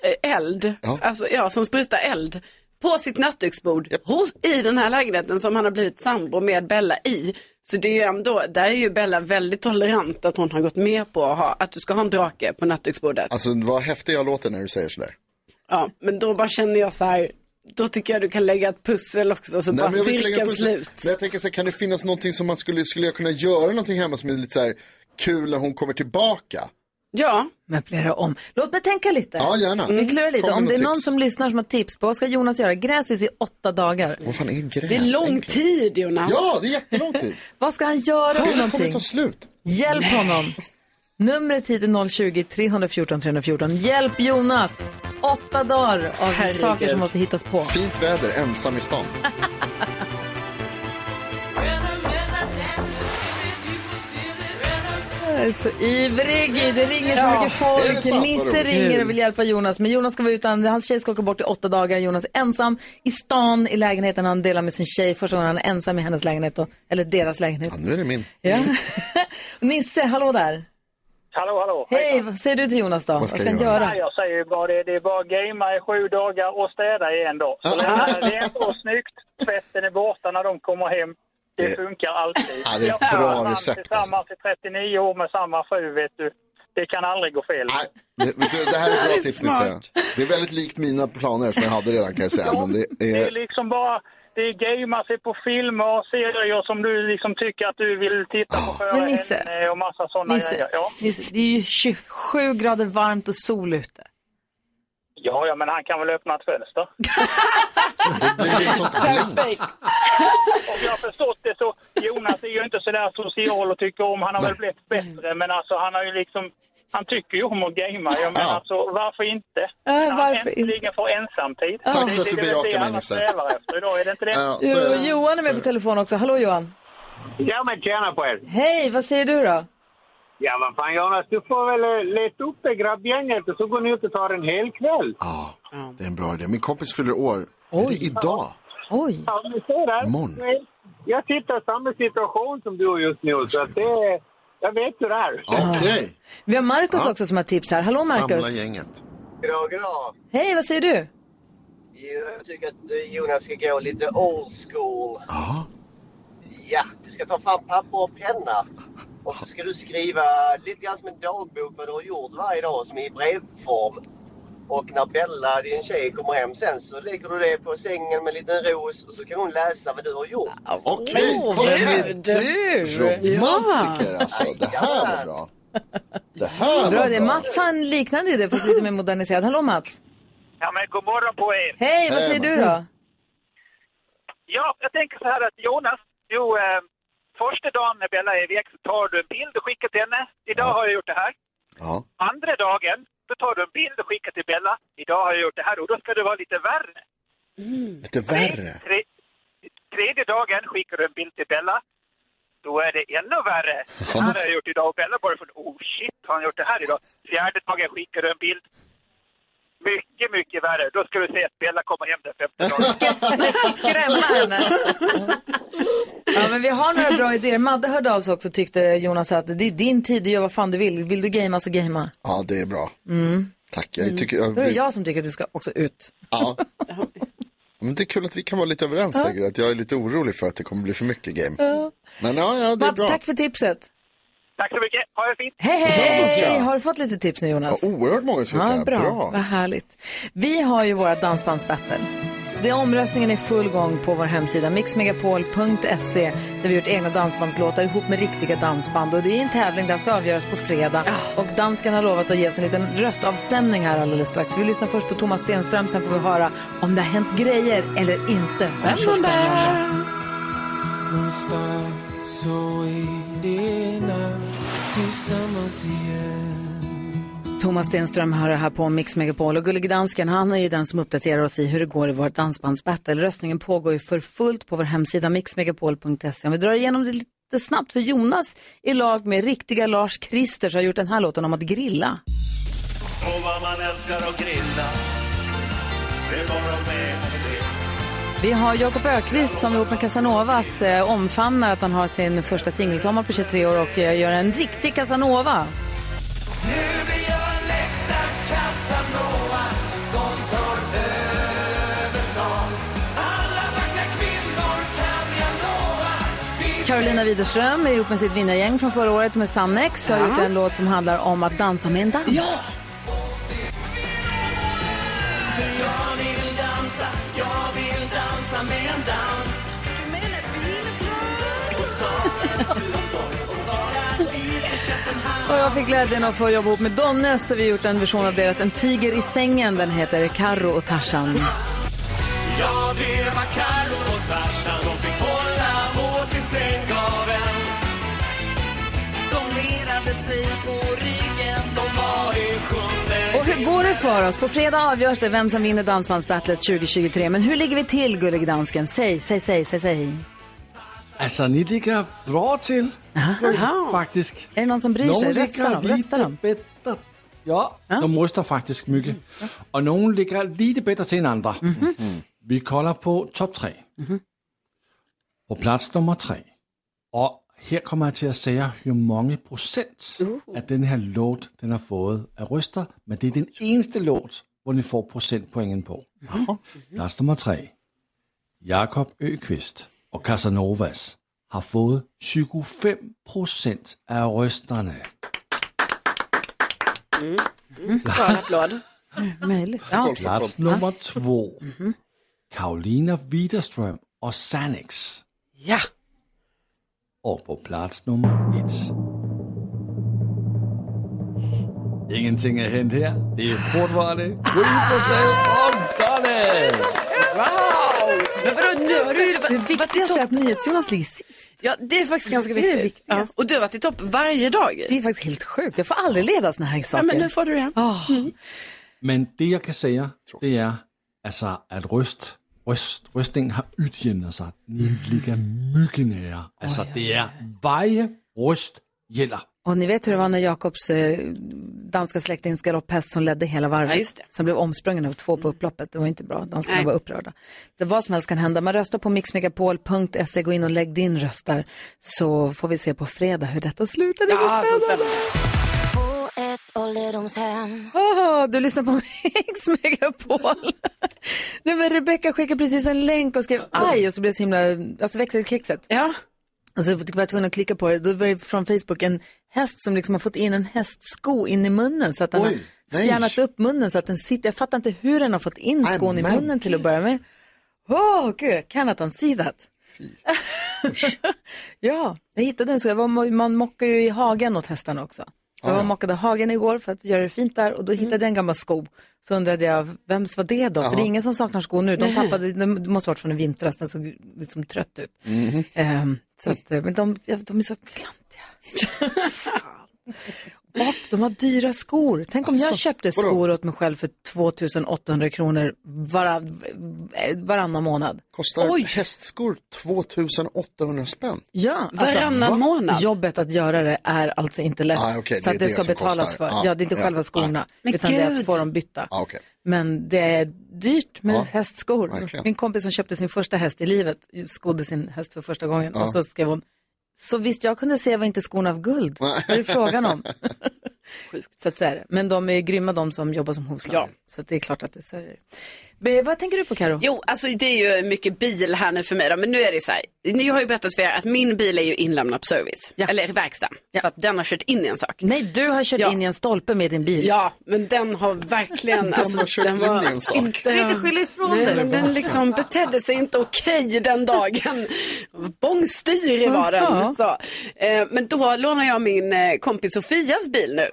Speaker 7: ä- eld,
Speaker 2: Ja.
Speaker 7: alltså ja, som sprutar eld på sitt nattduksbord hos, i den här lägenheten som han har blivit sambo med Bella i. Så det är ju ändå, där är ju Bella väldigt tolerant att hon har gått med på att, ha, att du ska ha en drake på nattduksbordet.
Speaker 5: Alltså vad häftig jag låter när du säger sådär.
Speaker 7: Alltså, Ja, men då bara känner jag så här, då tycker jag du kan lägga ett pussel också så
Speaker 5: Nej,
Speaker 7: bara
Speaker 5: men jag vill inte lägga
Speaker 7: cirkeln
Speaker 5: pussel.
Speaker 7: slut.
Speaker 5: Men jag tänker så här, kan det finnas någonting som man skulle, skulle jag kunna göra någonting hemma som är lite så här kul när hon kommer tillbaka?
Speaker 7: Ja.
Speaker 3: Möblera om. Låt mig tänka lite.
Speaker 5: Ja, gärna.
Speaker 3: Vi klurar lite.
Speaker 5: Kom med
Speaker 3: om det är
Speaker 5: något
Speaker 3: någon
Speaker 5: tips.
Speaker 3: som lyssnar som har tips på vad ska Jonas göra? Gräsis i åtta dagar.
Speaker 5: Vad fan är gräs?
Speaker 7: Det är lång tid Jonas.
Speaker 5: Ja, det är jättelång tid.
Speaker 3: Vad ska han göra
Speaker 5: Spelet
Speaker 3: för
Speaker 5: kommer
Speaker 3: någonting?
Speaker 5: ta slut.
Speaker 3: Hjälp honom. Numret hit är 020-314 314. Hjälp Jonas. Åtta dagar av
Speaker 5: Herregud.
Speaker 3: saker som måste hittas på.
Speaker 5: Fint väder, ensam i stan.
Speaker 3: Jag är så ivrig. Det ringer så
Speaker 2: Ja.
Speaker 3: mycket
Speaker 2: Är det sant?
Speaker 3: folk.
Speaker 2: Vad
Speaker 3: Nisse
Speaker 2: roligt.
Speaker 3: ringer och vill hjälpa Jonas. Men Jonas ska vara utan. Hans tjej ska åka bort i åtta dagar. Jonas är ensam i stan i lägenheten han delar med sin tjej. Första gången han är ensam i hennes lägenhet. Då, eller deras lägenhet.
Speaker 5: Nu är det min.
Speaker 3: Ja. Nisse, hallå där.
Speaker 18: Hallå, hallå.
Speaker 3: Hej, vad säger du till Jonas då? Vad ska han göra?
Speaker 18: Nej, jag säger ju bara det. Det är bara att gamea i sju dagar och städa i en dag. Så det är rent och snyggt. Tvätten är borta när de kommer hem. Det funkar alltid.
Speaker 5: Ja, det är ett
Speaker 18: Jag har
Speaker 5: bra
Speaker 18: varit man
Speaker 5: recept, alltså.
Speaker 18: Tillsammans i 39 år med samma fru, vet du. Det kan aldrig gå fel.
Speaker 5: Det, det, det här är
Speaker 18: Det
Speaker 5: bra
Speaker 18: är
Speaker 5: tips
Speaker 18: smart.
Speaker 5: Nisse. Det är väldigt likt mina planer som jag hade redan kan jag säga. Men det
Speaker 18: Det är
Speaker 5: är...
Speaker 18: liksom bara, det är gamea sig på filmer och serier som du liksom tycker att du vill titta på före
Speaker 3: Men Nisse,
Speaker 18: henne och massa sådana
Speaker 3: Nisse,
Speaker 18: grejer. Ja.
Speaker 3: Nisse, det är ju 27 grader varmt och sol ute.
Speaker 18: Ja, ja, men han kan väl öppna ett fönster.
Speaker 5: Perfekt.
Speaker 18: Om jag har förstått det så, Jonas är ju inte sådär social och tycker om, han har väl blivit bättre, men alltså han har ju liksom, han tycker ju om att gamea. Jag menar, alltså, varför inte? han
Speaker 3: Äh, varför
Speaker 18: äntligen får ensamtid.
Speaker 3: Tack
Speaker 5: för att du bejakar mig, Nisse.
Speaker 18: efter idag, är det inte det?
Speaker 3: Jo, Johan är med på telefon också. Hallå Johan.
Speaker 21: Ja, men tjena på er!
Speaker 3: Hej, vad säger du då?
Speaker 21: Ja, vad fan Jonas, du får väl eh, leta upp det grabbgänget och så går ni ut och tar en hel kväll.
Speaker 5: Ja, det är en bra idé. Min kompis fyller år. Oj. Idag.
Speaker 3: Oj!
Speaker 21: Ja, ni ser här.
Speaker 5: Imorgon.
Speaker 21: Nej, Jag sitter i samma situation som du just nu, så att det... Jag vet hur det är.
Speaker 5: Okej.
Speaker 3: Vi har Markus
Speaker 21: Ja.
Speaker 3: också som har tips här. Hallå Markus.
Speaker 5: gänget.
Speaker 22: Goddag, goddag.
Speaker 3: Hej, vad säger du?
Speaker 22: Jag tycker att eh, Jonas ska gå lite old school. Ja, du ska ta fram papper och penna. Och så ska du skriva lite grann som en dagbok vad du har gjort varje dag, som i brevform. Och när Bella, din tjej, kommer hem sen så lägger du det på sängen med en liten ros och så kan hon läsa vad du har gjort.
Speaker 5: Okej,
Speaker 2: Åh,
Speaker 5: kolla
Speaker 2: gud.
Speaker 5: här. Romantiker
Speaker 3: Ja.
Speaker 5: alltså. Det här var bra. Det här
Speaker 3: Bra
Speaker 5: var
Speaker 3: det.
Speaker 5: bra.
Speaker 3: Mats har en liknande idé fast lite mer moderniserad. Hallå Mats!
Speaker 18: Ja, men god morgon på er! Eh,
Speaker 3: Hej, vad säger du då?
Speaker 18: Ja, jag tänker så här att Jonas, du, eh, första dagen när Bella är iväg så tar du en bild och skickar till henne. Idag har jag gjort det här.
Speaker 5: Ja.
Speaker 18: Andra dagen, då tar du en bild och skickar till Bella. Idag har jag gjort det här och då ska du vara lite värre.
Speaker 5: Lite värre.
Speaker 18: Tre, tredje dagen skickar du en bild till Bella. Då är det ännu värre. Det här har jag gjort idag och Bella bara från oh shit, har han gjort det här idag? Fjärde dagen skickar du en bild. Mycket, mycket värre. Då ska du se att Bella kommer hem den femte dagen.
Speaker 3: Skrämma henne. Ja, men vi har några bra idéer. Madde hörde av sig också och tyckte Jonas att det är din tid, du gör vad fan du vill. Vill du gamea så gamea.
Speaker 5: Ja, det är bra.
Speaker 3: Mm.
Speaker 5: Tack. Jag tycker,
Speaker 3: Då är det jag som tycker att du ska också ut.
Speaker 5: Ja. Men det är kul att vi kan vara lite överens
Speaker 3: Ja.
Speaker 5: där, Gry, att jag är lite orolig för att det kommer bli för mycket game.
Speaker 3: Ja.
Speaker 5: Men ja, ja det är
Speaker 3: Mats,
Speaker 5: bra.
Speaker 3: tack för tipset.
Speaker 18: Tack så mycket. Ha det fint.
Speaker 3: Hej,
Speaker 5: Detsamma,
Speaker 3: hej!
Speaker 5: tja.
Speaker 3: Har du fått lite tips nu Jonas?
Speaker 5: Ja, oerhört många ska jag säga.
Speaker 3: bra.
Speaker 5: Bra.
Speaker 3: Vad härligt. Vi har ju våra dansbandsbattle. Det är omröstningen i full gång på vår hemsida mixmegapol.se där vi har gjort egna dansbandslåtar ihop med riktiga dansband. Och det är en tävling, den ska avgöras på fredag. Och dansken har lovat att ge oss en liten röstavstämning här alldeles strax. Vi lyssnar först på Thomas Stenström, sen får vi höra om det har hänt grejer eller inte. Så spännande.
Speaker 2: Någonstans så är det natt tillsammans igen
Speaker 3: Thomas Stenström hör det här på Mix Megapol och Gullig Dansken han är ju den som uppdaterar oss i hur det går i vårt dansbandsbattle. Röstningen pågår ju för fullt på vår hemsida mixmegapol.se. Om vi drar igenom det lite snabbt så Jonas i lag med riktiga Lars Christer som har gjort den här låten om att grilla.
Speaker 2: Och vad man älskar att grilla Det är bara med om det
Speaker 3: Vi har Jakob Ökvist som ihop med Casanovas eh, omfamnar att han har sin första singelsommar på 23 år och eh, gör en riktig Casanova.
Speaker 2: Nu blir jag en läkta Casanova Som tar över stan Alla vackra kvinnor kan jag lova
Speaker 3: Carolina Widerström är ihop med sitt vinnargäng från förra året med Sannex har
Speaker 2: Ja.
Speaker 3: gjort en låt som handlar om att dansa med en dansk.
Speaker 2: Jag vill dansa, jag vill dansa med en dans Du menar bilen Och ta en Tuborg och vara lite Köpenhamn
Speaker 3: Och jag fick glädjen att få jobba ihop med Donnes så vi har gjort en version av deras En tiger i sängen. Den heter Karro och Tarzan.
Speaker 2: Ja, det var Karo och Tarzan De fick hålla hårt i sänggaveln De lerade sig på ryggen De var i sjunde
Speaker 3: Och hur går det för oss? På fredag avgörs det vem som vinner Dansbandsbattlet 2023. Men hur ligger vi till, Gullig Dansken? Säg, säg, säg, säg, säg.
Speaker 10: Altså, Alltså, ni ligger bra till.
Speaker 3: Aha.
Speaker 10: Faktisk.
Speaker 3: Är det någon som bryr sig?
Speaker 10: Nogen
Speaker 3: Röstar
Speaker 10: ligger
Speaker 3: de? Röstar de?
Speaker 10: lite bättre. Ja, de ryster faktiskt mycket. Och någon ligger lite bättre till än andra. Mm. Vi kollar på topp tre. På plats nummer tre. Och här kommer jag till att säga hur många procent att den här låt den har fått av röster. Men det är den enda låt hvor ni får procentpoängen på. Plats Mm-hmm. nummer tre. Jakob Öqvist och Casanovas har fått 25 procent av rösterna.
Speaker 7: Mm. Mm. Svår applåd.
Speaker 3: Möjligt. Ja. Mm-hmm.
Speaker 10: Plats nummer två. Karolina Widerström och Sanix.
Speaker 7: Ja.
Speaker 10: Och på plats nummer ett. Ingenting har hänt här. Det är fortfarande 7 procent
Speaker 3: Ah!
Speaker 10: och Donald!
Speaker 7: Wow! Men vadå, nu har du
Speaker 3: Det viktigaste är att NyhetsJonas ligger sist.
Speaker 7: Ja, det är faktiskt ganska
Speaker 3: Det är det
Speaker 7: viktigt. ja. Och du har varit i topp varje dag.
Speaker 3: Det är faktiskt helt sjukt. Jag får aldrig leda såna här saker.
Speaker 7: men nu får du det igen. Mm.
Speaker 3: Åh.
Speaker 10: Men det jag kan säga, det är alltså att röst, röst, röstningen har utjämnat sig. Ni ligger mycket nära. Alltså det är varje röst gäller.
Speaker 3: Och ni vet hur det var när Jakobs eh, danska släktings galopphäst som ledde hela varvet. Som blev omsprungen av två på upploppet. Det var inte bra. Danskarna
Speaker 7: Nej.
Speaker 3: var upprörda. Det vad som helst kan hända. Man röstar på mixmegapol.se. Gå in och lägg din röst där. Så får vi se på fredag hur detta slutar. Det är
Speaker 2: Ja,
Speaker 3: så
Speaker 2: så
Speaker 3: spännande.
Speaker 2: På ett ålderdomshem
Speaker 3: Åh, du lyssnar på Mix Megapol. Nej, men Rebecca skickade precis en länk och skrev aj och så blev jag så himla, alltså växelkexet.
Speaker 7: Ja.
Speaker 3: Och så var jag tvungen att klicka på det. Då var det från Facebook en häst som liksom har fått in en hästsko in i munnen så att den, har,
Speaker 2: Oj.
Speaker 3: spjärnat upp munnen så att den sitter. Jag fattar inte hur den har fått in
Speaker 1: Nej,
Speaker 3: skon i
Speaker 1: men
Speaker 3: munnen till att börja med. Åh, oh, gud, I cannot unsee that. ja, jag hittade en så jag var, man mockar ju i hagen åt hästarna också. Jag var och mockade hagen igår för att göra det fint där och då hittade jag en gammal sko. Så undrade jag, vems var det då? För det är ingen som saknar skor nu. De
Speaker 1: Nej.
Speaker 3: tappade, de måste varit från i vintras, den såg liksom trött ut.
Speaker 1: Mhm.
Speaker 3: Ehm, så att, eh, men de, ja, de är så klantiga. Fan. Och de har dyra skor. Tänk om jag
Speaker 1: Alltså,
Speaker 3: köpte
Speaker 1: vadå?
Speaker 3: skor åt mig själv för 2800 kronor varann, varannan månad.
Speaker 5: Kostar hästskor 2800 spänn?
Speaker 3: Ja,
Speaker 5: Varannan
Speaker 3: Alltså, va?
Speaker 5: månad.
Speaker 3: Jobbet att göra det är alltså inte lätt.
Speaker 5: Ah, okej,
Speaker 3: så
Speaker 5: det
Speaker 3: att
Speaker 5: är
Speaker 3: det
Speaker 5: det
Speaker 3: ska
Speaker 5: som
Speaker 3: betalas
Speaker 5: kostar.
Speaker 3: för.
Speaker 5: Ah,
Speaker 3: ja, det är inte
Speaker 5: ja,
Speaker 3: själva
Speaker 5: nej.
Speaker 3: skorna.
Speaker 5: Men
Speaker 3: utan det är
Speaker 5: gud.
Speaker 3: att få dem bytta.
Speaker 5: Ah, okej.
Speaker 3: Men det är dyrt med
Speaker 5: Ja,
Speaker 3: hästskor.
Speaker 5: verkligen.
Speaker 3: Min kompis som köpte sin första häst i livet skodde sin häst för första gången.
Speaker 5: Ja.
Speaker 3: Och så skrev hon, så visst jag kunde se var inte skorna av guld. Vad är det frågan om? så att så är det. Men de är grymma de som jobbar som hovslagare. Så att det är klart att det är så. Är det. Men Vad tänker du på Karo?
Speaker 7: Jo, alltså det är ju mycket bil här nu för mig då, men nu är det ju så här. Ni har ju berättat för er att min bil är ju inlämnad på service, eller verkstad, för att den har kört in i en sak.
Speaker 3: Nej, du har kört in i en stolpe med din bil.
Speaker 7: Ja, men den har verkligen...
Speaker 3: Den
Speaker 7: alltså,
Speaker 3: har kört
Speaker 7: den
Speaker 3: in
Speaker 7: var
Speaker 3: i en sak.
Speaker 7: Inte,
Speaker 3: Kan inte skylla ifrån
Speaker 7: Nej,
Speaker 3: dig.
Speaker 7: men den liksom betedde sig inte okej den dagen. Bångstyrig var
Speaker 3: Ja.
Speaker 7: den. Så. Eh, Men då lånar jag min eh, kompis Sofias bil nu.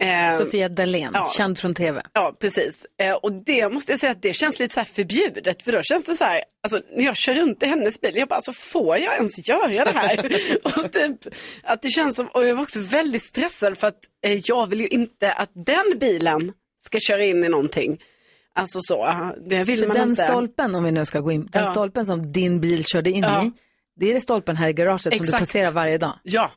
Speaker 7: Eh,
Speaker 3: Sofia Dalén,
Speaker 7: ja.
Speaker 3: känd från tv.
Speaker 7: Ja, precis. Eh, och det måste jag säga att det känns lite så här förbjudet. För då känns det så här, alltså, när jag kör runt i hennes bil, jag bara, alltså, får jag ens göra det här? och typ, att det känns som, och jag var också väldigt stressad för att eh, jag vill ju inte att den bilen ska köra in i någonting. Alltså så, det vill
Speaker 3: För
Speaker 7: man
Speaker 3: den
Speaker 7: inte.
Speaker 3: stolpen, om vi nu ska gå in, den
Speaker 7: Ja.
Speaker 3: stolpen som din bil körde in
Speaker 7: Ja.
Speaker 3: i, det är det stolpen här i garaget som du
Speaker 7: Exakt.
Speaker 3: passerar varje dag.
Speaker 7: Ja.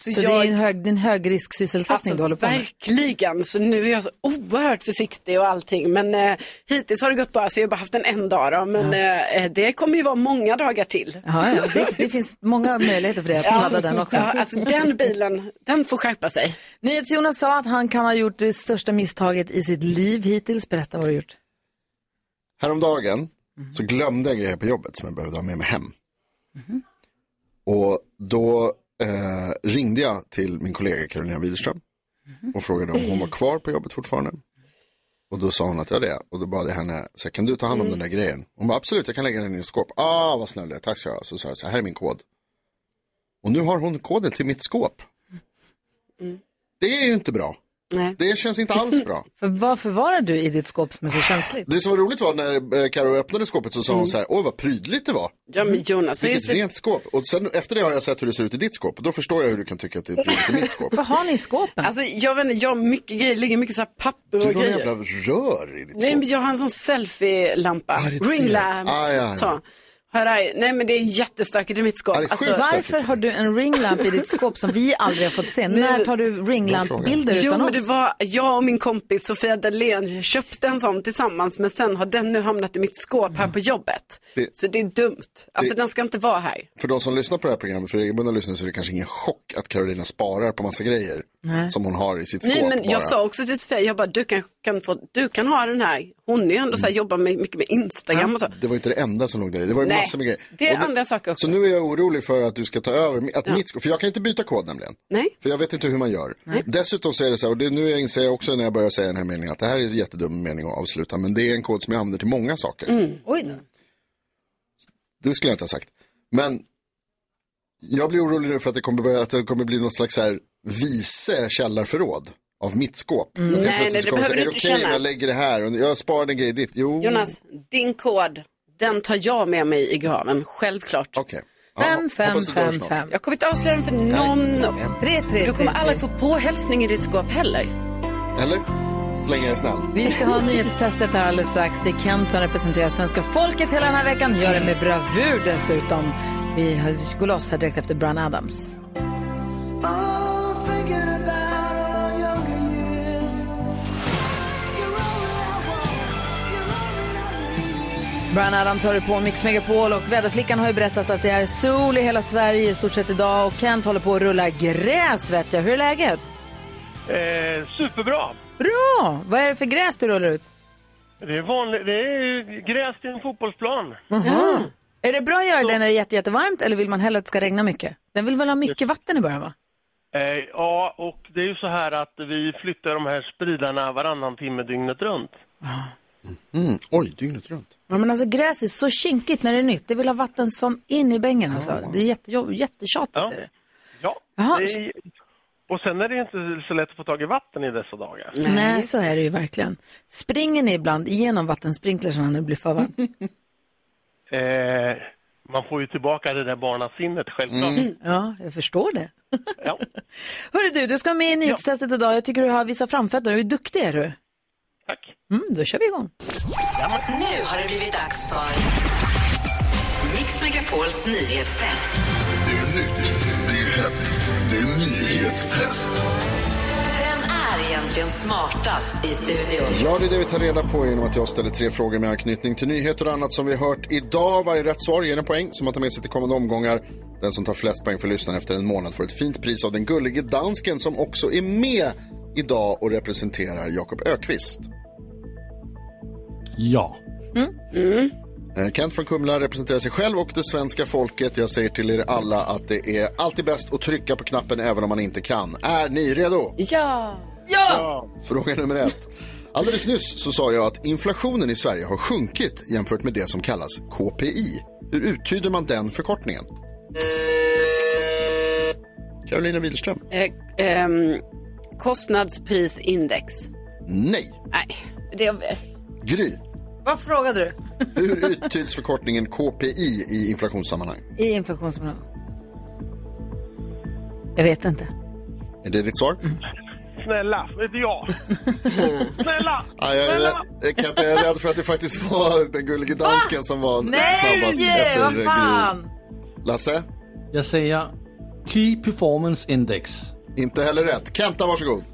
Speaker 3: Så,
Speaker 7: Så
Speaker 3: det är
Speaker 7: jag- Alltså,
Speaker 3: ju en, hög, det är en högrisksysselsättning du håller på med.
Speaker 7: verkligen. Så nu är jag så oerhört försiktig och allting. Men eh, hittills har det gått bra så jag har bara haft den en dag då. Men eh, det kommer ju vara många dagar till.
Speaker 3: Ja, ja. Det, det finns många möjligheter för dig att
Speaker 7: Ja.
Speaker 3: kladda den också.
Speaker 7: Ja, alltså den bilen, den får skärpa sig.
Speaker 3: NyhetsJonas sa att han kan ha gjort det största misstaget i sitt liv hittills. Berätta vad du har gjort.
Speaker 5: Häromdagen
Speaker 3: Mm.
Speaker 5: så glömde jag grejer på jobbet som jag behövde ha med mig hem. Och då eh, ringde jag till min kollega Carolina Widerström och frågade om hon var kvar på jobbet fortfarande. Och då sa hon att jag det är. Och då bad jag henne, så här, kan du ta hand om
Speaker 6: Mm.
Speaker 5: den där grejen? Hon bara, absolut, jag kan lägga den i ett skåp. Ah, vad snäll du är, tack så jag. Så sa jag, så här här är min kod. Och nu har hon koden till mitt skåp.
Speaker 7: Mm.
Speaker 5: Det är ju inte bra. Det känns inte alls bra.
Speaker 3: För vad förvarar du i ditt skåp som är så känsligt?
Speaker 5: Det som var roligt var när eh, Karo öppnade skåpet så sa hon så här, åh vad prydligt det var.
Speaker 7: Mm. Ja, men Jonas,
Speaker 5: Vilket
Speaker 7: just det-
Speaker 5: rent skåp. Och sen efter det har jag sett hur det ser ut i ditt skåp. Och då förstår jag hur du kan tycka att det är prydligt i mitt skåp.
Speaker 3: Vad har ni i skåpen?
Speaker 7: Alltså jag vet inte, jag har mycket grejer, ligger mycket så här
Speaker 5: Du
Speaker 7: papper
Speaker 5: har
Speaker 7: och
Speaker 5: någon
Speaker 7: grejer.
Speaker 5: jävla rör i ditt
Speaker 7: Nej
Speaker 5: skåp.
Speaker 7: men jag har en sån selfie-lampa,
Speaker 5: det är det.
Speaker 7: ringlamp.
Speaker 5: Ah, ja, ja.
Speaker 7: Så. Har jag där- Nej men det är jättestökigt i mitt skåp. Alltså-
Speaker 3: varför har du en ringlamp i ditt skåp som vi aldrig har fått se?
Speaker 7: Nej,
Speaker 3: När
Speaker 7: men-
Speaker 3: tar du ringlampbilder
Speaker 7: Jo,
Speaker 3: utan
Speaker 7: men
Speaker 3: oss?
Speaker 7: det var jag och min kompis Sofia Dalén köpte en sån tillsammans men sen har den nu hamnat i mitt skåp här på jobbet.
Speaker 5: Mm. Det-
Speaker 7: Så det är dumt. Alltså den ska inte vara här.
Speaker 5: För de som lyssnar på det här programmet, för regelbundna lyssnare, så är det kanske ingen chock att Carolina sparar på massa grejer
Speaker 7: Nej.
Speaker 5: som hon har i sitt skåp.
Speaker 7: Nej men
Speaker 5: bara.
Speaker 7: jag sa också till Sofia, jag bara du kan, kan, få, du kan ha den här. Hon är ju ändå
Speaker 5: Mm.
Speaker 7: så här, jobbar med, mycket med Instagram och så.
Speaker 5: Det var inte det enda som låg där i. Det var ju
Speaker 7: Nej,
Speaker 5: massor med grejer.
Speaker 7: det är
Speaker 5: Och nu-
Speaker 7: andra saker också.
Speaker 5: Så nu är jag orolig för att du ska ta över, mi- att
Speaker 7: Ja.
Speaker 5: mitt skåp, för jag kan inte byta kod nämligen.
Speaker 7: Nej.
Speaker 5: För jag vet inte hur man gör.
Speaker 7: Nej.
Speaker 5: Dessutom så är det så här, och det, nu inser jag också när jag börjar säga den här meningen att det här är en jättedum mening att avsluta, men det är en kod som jag använder till många saker.
Speaker 7: Mm.
Speaker 3: Oj då.
Speaker 5: Det skulle jag inte ha sagt. Men jag blir orolig nu för att det kommer, börja, att det kommer bli någon slags så här vice källarförråd av mitt skåp.
Speaker 7: Mm.
Speaker 5: Att helt
Speaker 7: Nej,
Speaker 5: plötsligt
Speaker 7: nej, det
Speaker 5: kommer så här,
Speaker 7: behöver
Speaker 5: är
Speaker 7: du
Speaker 5: det
Speaker 7: inte
Speaker 5: okej om
Speaker 7: känna."
Speaker 5: jag lägger det här och jag sparar en grej dit. Jo.
Speaker 7: Jonas, din kod, den tar jag med mig i graven, självklart.
Speaker 5: Okej.
Speaker 7: Fem, fem,
Speaker 3: du dör fem, snart. fem.
Speaker 7: Jag kommer inte avslöja den för någon.
Speaker 3: Tre, tre,
Speaker 7: Du kommer
Speaker 3: tre,
Speaker 7: aldrig få påhälsning i ditt skåp heller.
Speaker 5: Eller? Så länge jag är snäll.
Speaker 3: Vi ska ha nyhetstestet här alldeles strax. Det är Kent som representerar svenska folket hela den här veckan. Gör det med bravur dessutom. Vi har- går loss här direkt efter Bryan Adams. Bryan Adams hör du på Mix Megapol och väderflickan har ju berättat att det är sol i hela Sverige i stort sett idag och Kent håller på att rulla gräs vet jag. Hur är läget?
Speaker 23: Eh, superbra!
Speaker 3: Bra! Vad är det för gräs du rullar ut?
Speaker 23: Det är, vanlig, det är ju gräs till en fotbollsplan.
Speaker 3: Aha. Är det bra att göra det när det är jätte, jättevarmt eller vill man hellre att det ska regna mycket? Den vill väl ha mycket vatten i början va?
Speaker 23: Eh, ja, och det är ju så här att vi flyttar de här spridarna varannan timme dygnet runt.
Speaker 5: Mm. Oj, dygnet runt.
Speaker 3: Ja, men alltså gräs är så kinkigt när det är nytt. Det vill ha vatten som in i bängen alltså. Det är jättejobb, jättetjatigt.
Speaker 23: Ja.
Speaker 3: Är det.
Speaker 23: Ja,
Speaker 3: Jaha.
Speaker 23: det är, och sen är det inte så lätt att få tag i vatten i dessa dagar.
Speaker 3: Nej, så är det ju verkligen. Springer ni ibland igenom vattensprinklers när det blir för varmt?
Speaker 23: Eh, man får ju tillbaka det där barnasinnet självklart.
Speaker 3: Ja, Mm. jag förstår det. Hörru du, du ska med i nyhetstestet idag. Jag tycker du har visat framfötterna. Hur duktig är du? Tack. Mm, då kör vi igång.
Speaker 2: Nu har det blivit dags för Mix Megapols nyhetstest. Det är nytt, det är hett, det är nyhetstest.
Speaker 24: Vem är egentligen smartast i studion?
Speaker 5: Ja, det är det vi tar reda på genom att jag ställer tre frågor med anknytning till nyheter och annat som vi hört idag. Varje rätt svar ger en poäng som man tar med sig till kommande omgångar. Den som tar flest poäng för lyssnaren efter en månad får ett fint pris av den gullige dansken som också är med idag och representerar Jakob Ökvist.
Speaker 10: Ja.
Speaker 3: Mm.
Speaker 5: Eh, Kent från Kumla representerar sig själv och det svenska folket. Jag säger till er alla att det är alltid bäst att trycka på knappen även om man inte kan. Är ni redo?
Speaker 7: Ja!
Speaker 5: Ja! Fråga nummer ett. Alldeles nyss så sa jag att inflationen i Sverige har sjunkit jämfört med det som kallas KPI. Hur uttyder man den förkortningen? Carolina Widerström?
Speaker 7: Eh, ehm, kostnadsprisindex.
Speaker 5: Nej.
Speaker 7: Nej, det...
Speaker 5: Gry?
Speaker 3: Vad frågade du?
Speaker 5: Hur uttyds förkortningen KPI i inflationssammanhang?
Speaker 3: I inflationsmånaden. Jag vet inte.
Speaker 5: Är det ditt svar?
Speaker 3: Mm.
Speaker 23: Snälla, vet du jag. Snälla!
Speaker 5: Ja, Ah, jag, är rädd, jag kan inte- jag är rädd för att det faktiskt var den gullige dansken som var snabbast efter Gry. Lasse?
Speaker 10: Jag säger Key Performance Index.
Speaker 5: Inte heller rätt. Kenta, varsågod.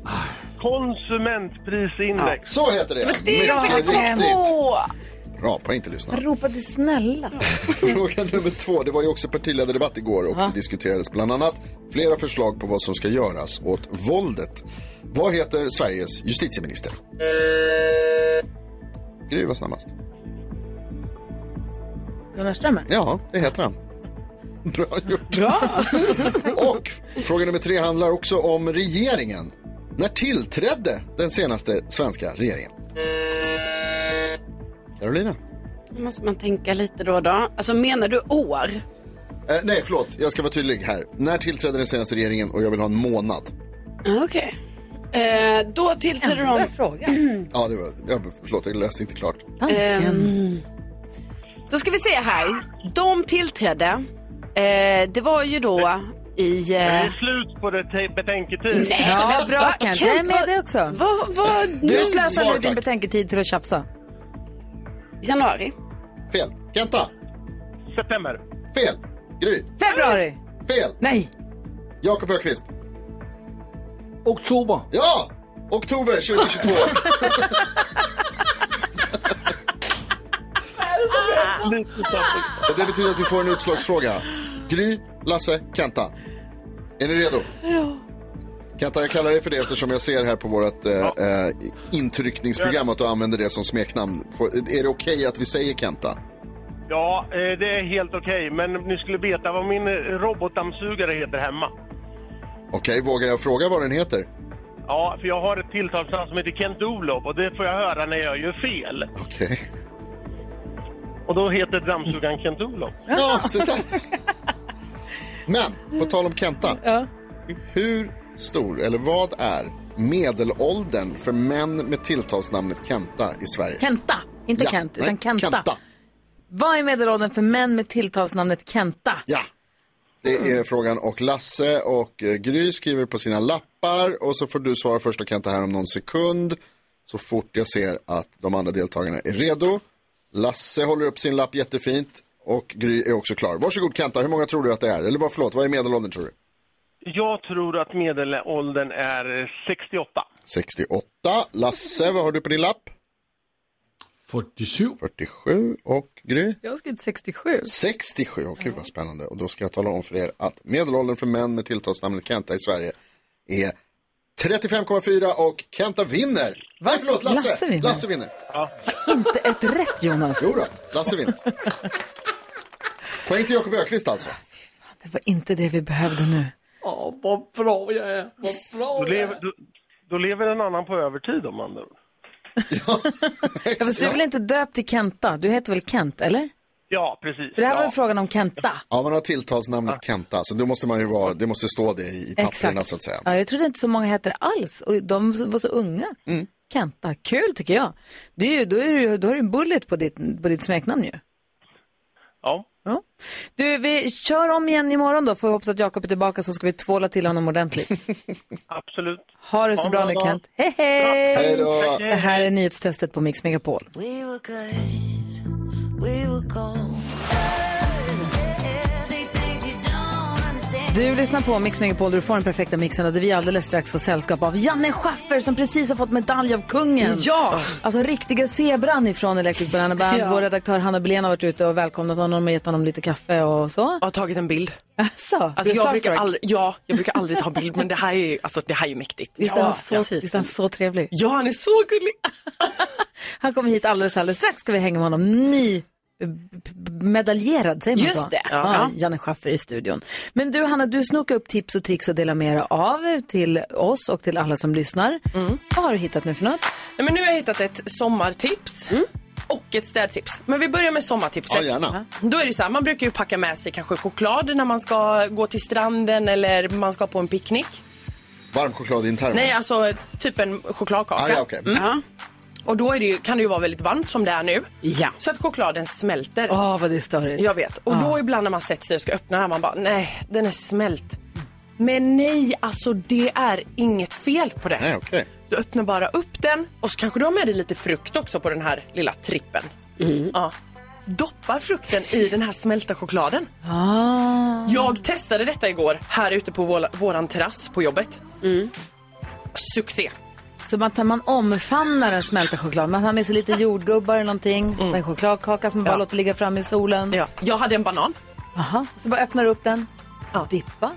Speaker 23: Konsumentprisindex.
Speaker 5: så heter det. Det var det Mycket jag skulle komma riktigt. Bra, poäng till lyssnarna.
Speaker 3: ropade snälla.
Speaker 5: Fråga nummer två. Det var ju också partiledardebatt igår och
Speaker 3: Ja.
Speaker 5: det diskuterades bland annat flera förslag på vad som ska göras åt våldet. Vad heter Sveriges justitieminister? Gry var snabbast.
Speaker 3: Gunnar Strömmer?
Speaker 5: Ja, det heter han. Bra gjort. och fråga nummer tre handlar också om regeringen. När tillträdde den senaste svenska regeringen? Carolina?
Speaker 7: Då måste man tänka lite då och då. Alltså menar du år?
Speaker 5: Eh, nej, förlåt. Jag ska vara tydlig här. När tillträdde den senaste regeringen och jag vill ha en månad?
Speaker 7: Ja, Okej. Eh, då tillträdde de... Ändra
Speaker 3: fråga.
Speaker 5: Ja, det var, jag, förlåt, jag läste inte klart. Eh,
Speaker 7: Ehm, Då ska vi se här. De tillträdde. Eh, det var ju då i...
Speaker 23: Det
Speaker 7: Eh...
Speaker 23: är slut på det te- betänketid.
Speaker 7: Nej, men bra.
Speaker 3: Kent,
Speaker 7: Kent,
Speaker 3: jag är med
Speaker 7: vad-
Speaker 3: dig också.
Speaker 7: Vad, vad,
Speaker 3: Du slösar nu din betänketid till att tjafsa.
Speaker 7: Januari.
Speaker 5: Fel. Kenta.
Speaker 23: September.
Speaker 5: Fel. Gry.
Speaker 3: Februari.
Speaker 5: Fel.
Speaker 3: Nej.
Speaker 5: Jakob Högqvist.
Speaker 10: Oktober.
Speaker 5: Ja! Oktober 2022. och det betyder att vi får en utslagsfråga. Gry, Lasse, Kenta. Är ni redo? Kenta, jag kallar dig för det eftersom jag ser här på vårt eh, eh, intryckningsprogram att du använder det som smeknamn. Får, är det okej att vi säger Kenta?
Speaker 23: Ja, eh, det är helt okej, men ni skulle veta vad min eh, robotdammsugare heter hemma.
Speaker 5: Okej, vågar jag fråga vad den heter?
Speaker 23: Ja, för jag har ett tilltalsnamn som heter Kent-Olof och det får jag höra när jag gör fel.
Speaker 5: Okej.
Speaker 23: Och då heter dammsugaren Kent-Olof.
Speaker 5: Ja, så där. Men, på tal om Kenta. Hur stor, eller vad är medelåldern för män med tilltalsnamnet Kenta i Sverige?
Speaker 3: Kenta, inte
Speaker 5: Ja,
Speaker 3: Kent,
Speaker 5: nej,
Speaker 3: utan Kenta.
Speaker 5: Kenta.
Speaker 3: Vad är medelåldern för män med tilltalsnamnet Kenta?
Speaker 5: Ja, det är frågan. Och Lasse och eh, Gry skriver på sina lappar och så får du svara först och Kenta här om någon sekund. Så fort jag ser att de andra deltagarna är redo. Lasse håller upp sin lapp jättefint och Gry är också klar. Varsågod Kenta, hur många tror du att det är? Eller vad, förlåt, vad är medelåldern tror du?
Speaker 23: Jag tror att medelåldern är eh, 68.
Speaker 5: 68. Lasse, vad har du på din lapp?
Speaker 10: 47.
Speaker 5: 47 och Gry?
Speaker 3: Jag har skrivit 67.
Speaker 5: 67, och gud vad spännande. Och då ska jag tala om för er att medelåldern för män med tilltalsnamnet Kenta i Sverige är 35,4 och Kenta vinner. Nej, förlåt, Lasse.
Speaker 3: Lasse
Speaker 5: Lasse
Speaker 3: vinner.
Speaker 5: vinner.
Speaker 3: Inte ett rätt Jonas.
Speaker 5: Jo då, Lasse vinner. Poäng till Jakob Ökvist alltså.
Speaker 3: Det var inte det vi behövde nu.
Speaker 10: Åh, vad bra jag är. Vad bra
Speaker 23: Då
Speaker 10: jag är.
Speaker 23: lever, då, då lever en annan på övertid om man
Speaker 3: Ja, fast du är väl inte döpt till Kenta? Du heter väl Kent, eller?
Speaker 23: Ja, precis.
Speaker 3: För det här var ju frågan om Kenta.
Speaker 5: Ja, man har tilltalsnamnet Kenta, så det måste man ju vara, det måste stå det i papperna
Speaker 3: Exakt.
Speaker 5: så att säga.
Speaker 3: Ja, jag trodde inte så många hette det alls och de var så unga.
Speaker 5: Mm.
Speaker 3: Kenta, kul tycker jag. Det är ju, då, är det, ju- då har du en bullet på ditt, på ditt smeknamn ju.
Speaker 23: Ja.
Speaker 3: Ja. Du, vi kör om igen imorgon då. Får vi hoppas att Jakob är tillbaka så ska vi tvåla till honom ordentligt.
Speaker 23: Absolut.
Speaker 3: Ha det så
Speaker 2: Ha en
Speaker 3: bra
Speaker 2: bra
Speaker 3: nu
Speaker 2: dag.
Speaker 3: Kent. Hej hej!
Speaker 2: Bra. Hej då.
Speaker 3: Det här är nyhetstestet på Mix Megapol.
Speaker 2: We were good, we were gold. Say things you don't understand.
Speaker 3: Du lyssnar på Mix Megapol där du får den perfekta mixen och där vi alldeles strax får sällskap av Janne Schaffer som precis har fått medalj av kungen.
Speaker 7: Ja!
Speaker 3: Alltså riktiga zebran ifrån Electric Banana Band.
Speaker 7: Ja.
Speaker 3: Vår redaktör Hanna Belén har varit ute och välkomnat honom och gett honom lite kaffe och så.
Speaker 19: Jag har tagit en bild.
Speaker 3: Alltså,
Speaker 19: Alltså,
Speaker 3: du är
Speaker 19: jag, brukar
Speaker 3: starstruck.
Speaker 19: aldrig, ja, jag brukar aldrig ta bild, men det här är, alltså, det här är mäktigt.
Speaker 3: Visst är han så, visst är han så trevlig?
Speaker 19: Ja, han är så gullig.
Speaker 3: han kommer hit alldeles, alldeles strax ska vi hänga med honom. Ny eh, p- p- medaljerad, säger man så?
Speaker 19: Just det,
Speaker 3: Ja,
Speaker 19: ja.
Speaker 3: Janne Schaffer i studion. Men du Hanna, du snokar upp tips och tricks att dela med dig av till oss och till alla som lyssnar.
Speaker 19: Mm.
Speaker 3: Vad har du hittat nu för något?
Speaker 19: Nej, men nu har jag hittat ett sommartips. Och ett städtips. Men vi börjar med sommartipset.
Speaker 5: Ja, gärna.
Speaker 19: Då är det så här, man brukar ju packa med sig kanske choklad när man ska gå till stranden eller man ska på en picknick.
Speaker 5: Varm choklad i en termos.
Speaker 19: Nej, alltså typ en chokladkaka.
Speaker 5: Ah, ja, okej.
Speaker 19: Mm. Och då är det ju, kan det ju vara väldigt varmt som det är nu.
Speaker 3: Ja.
Speaker 19: Så att chokladen smälter.
Speaker 3: Åh, vad det är störigt. Ah.
Speaker 19: Jag vet. Och då ibland när man sätter sig och ska öppna den här, man bara nej, den är smält. Men nej, alltså det är inget fel på det.
Speaker 5: Nej, okej.
Speaker 19: Du öppnar bara upp den och så kanske du har med dig lite frukt också på den här lilla trippen.
Speaker 3: Mm.
Speaker 19: Ja. Doppar frukten i den här smälta chokladen.
Speaker 3: Ah.
Speaker 19: Jag testade detta igår här ute på vår, våran terrass på jobbet.
Speaker 3: Mm.
Speaker 19: Succé!
Speaker 3: Så man, tar, man omfamnar den smälta chokladen. Man tar med sig lite jordgubbar eller någonting. En chokladkaka som man bara låter ligga framme i solen.
Speaker 19: Mm. Ja. Jag hade en banan.
Speaker 3: Aha. Så bara öppnar du upp den.
Speaker 19: Ja.
Speaker 3: Dippa.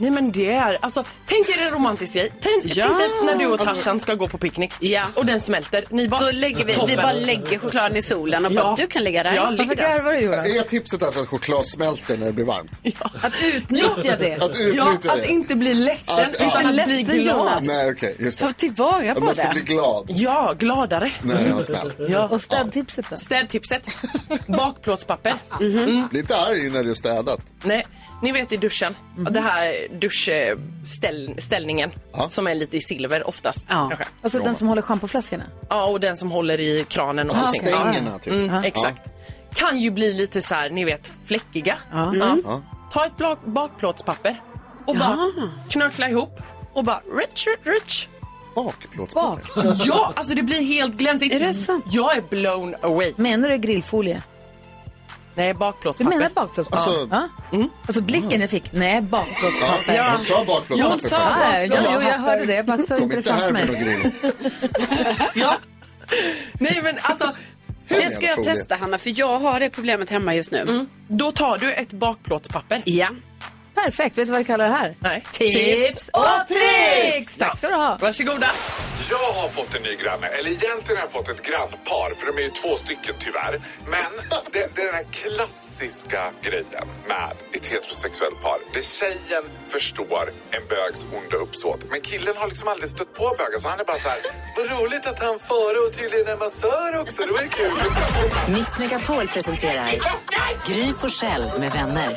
Speaker 19: Nej men det är, alltså tänk er en romantisk grej. Tänk,
Speaker 7: Ja.
Speaker 19: tänk dig när du och
Speaker 7: Alltså-
Speaker 19: Tarzan ska gå på picknick och den smälter. Ni bara,
Speaker 7: Då lägger vi, vi
Speaker 19: Toppen.
Speaker 7: bara lägger chokladen i solen och bara,
Speaker 19: Ja.
Speaker 7: du kan lägga där.
Speaker 19: Ja, ligg där.
Speaker 5: Är tipset alltså att choklad smälter när det blir varmt?
Speaker 3: Att utnyttja det.
Speaker 5: Att utnyttja
Speaker 19: ja,
Speaker 5: det.
Speaker 19: att inte bli ledsen
Speaker 5: Att- ja.
Speaker 19: utan att bli glad.
Speaker 5: Nej, okej, just det.
Speaker 19: tillvara
Speaker 5: Ja, man ska bli glad.
Speaker 19: Ja, gladare.
Speaker 5: När den har smält.
Speaker 3: Och städtipset då?
Speaker 19: Städtipset. Bakplåtspapper.
Speaker 7: Mhm.
Speaker 19: Mm.
Speaker 5: Bli inte arg när du har städat.
Speaker 19: Nej, ni vet i duschen.
Speaker 7: Mhm.
Speaker 19: Det här duschställningen som är lite i silver oftast. Ja.
Speaker 3: Alltså den som håller schampoflaskorna.
Speaker 19: ja, och den som håller i kranen. Och
Speaker 3: Alltså
Speaker 19: sånt. Ja.
Speaker 3: stängerna, typ.
Speaker 19: Mm,
Speaker 3: Ja.
Speaker 19: Exakt. Kan ju bli lite så här, ni vet, fläckiga.
Speaker 3: Ja.
Speaker 19: Ja.
Speaker 3: Mm. Ja.
Speaker 19: Ta ett bak- bakplåtspapper och bara knökla ihop och bara rich, rich, rich.
Speaker 5: Bakplåtspapper?
Speaker 19: Ja, alltså det blir helt glänsigt. Är det sant? Jag är blown away.
Speaker 3: Menar du grillfolie?
Speaker 19: Nej,
Speaker 3: Du
Speaker 19: bakplåtspapper.
Speaker 3: menar bakplåtspapper?
Speaker 19: Alltså-
Speaker 3: Ja. Alltså blicken jag fick. Nej, bakplåtspapper.
Speaker 5: Ja, hon sa bakplåtspapper
Speaker 3: Hon sa
Speaker 5: faktiskt.
Speaker 3: det. Ja, jo, jag hörde det. Jag bara såg
Speaker 5: Kom
Speaker 3: inte det
Speaker 5: inte här
Speaker 3: framför
Speaker 5: med någon
Speaker 3: mig.
Speaker 5: grill.
Speaker 19: Nej men alltså.
Speaker 7: Det ska jag testa Hanna för jag har det problemet hemma just nu.
Speaker 19: Mm. Då tar du ett bakplåtspapper.
Speaker 7: Ja.
Speaker 3: Perfekt. Vet du vad vi kallar det här?
Speaker 19: Nej.
Speaker 3: Tips och tricks! Tack ska du ha.
Speaker 19: Varsågoda.
Speaker 25: Jag har fått en ny granne, eller egentligen har jag fått ett grannpar för de är ju två stycken tyvärr. Men det, det är den här klassiska grejen med ett heterosexuellt par där tjejen förstår en bögs onda uppsåt. Men killen har liksom aldrig stött på bögar så han är bara så här, vad roligt att han före och tydligen är massör också, det var ju kul.
Speaker 24: Mix Megapol presenterar Gry Forssell med vänner.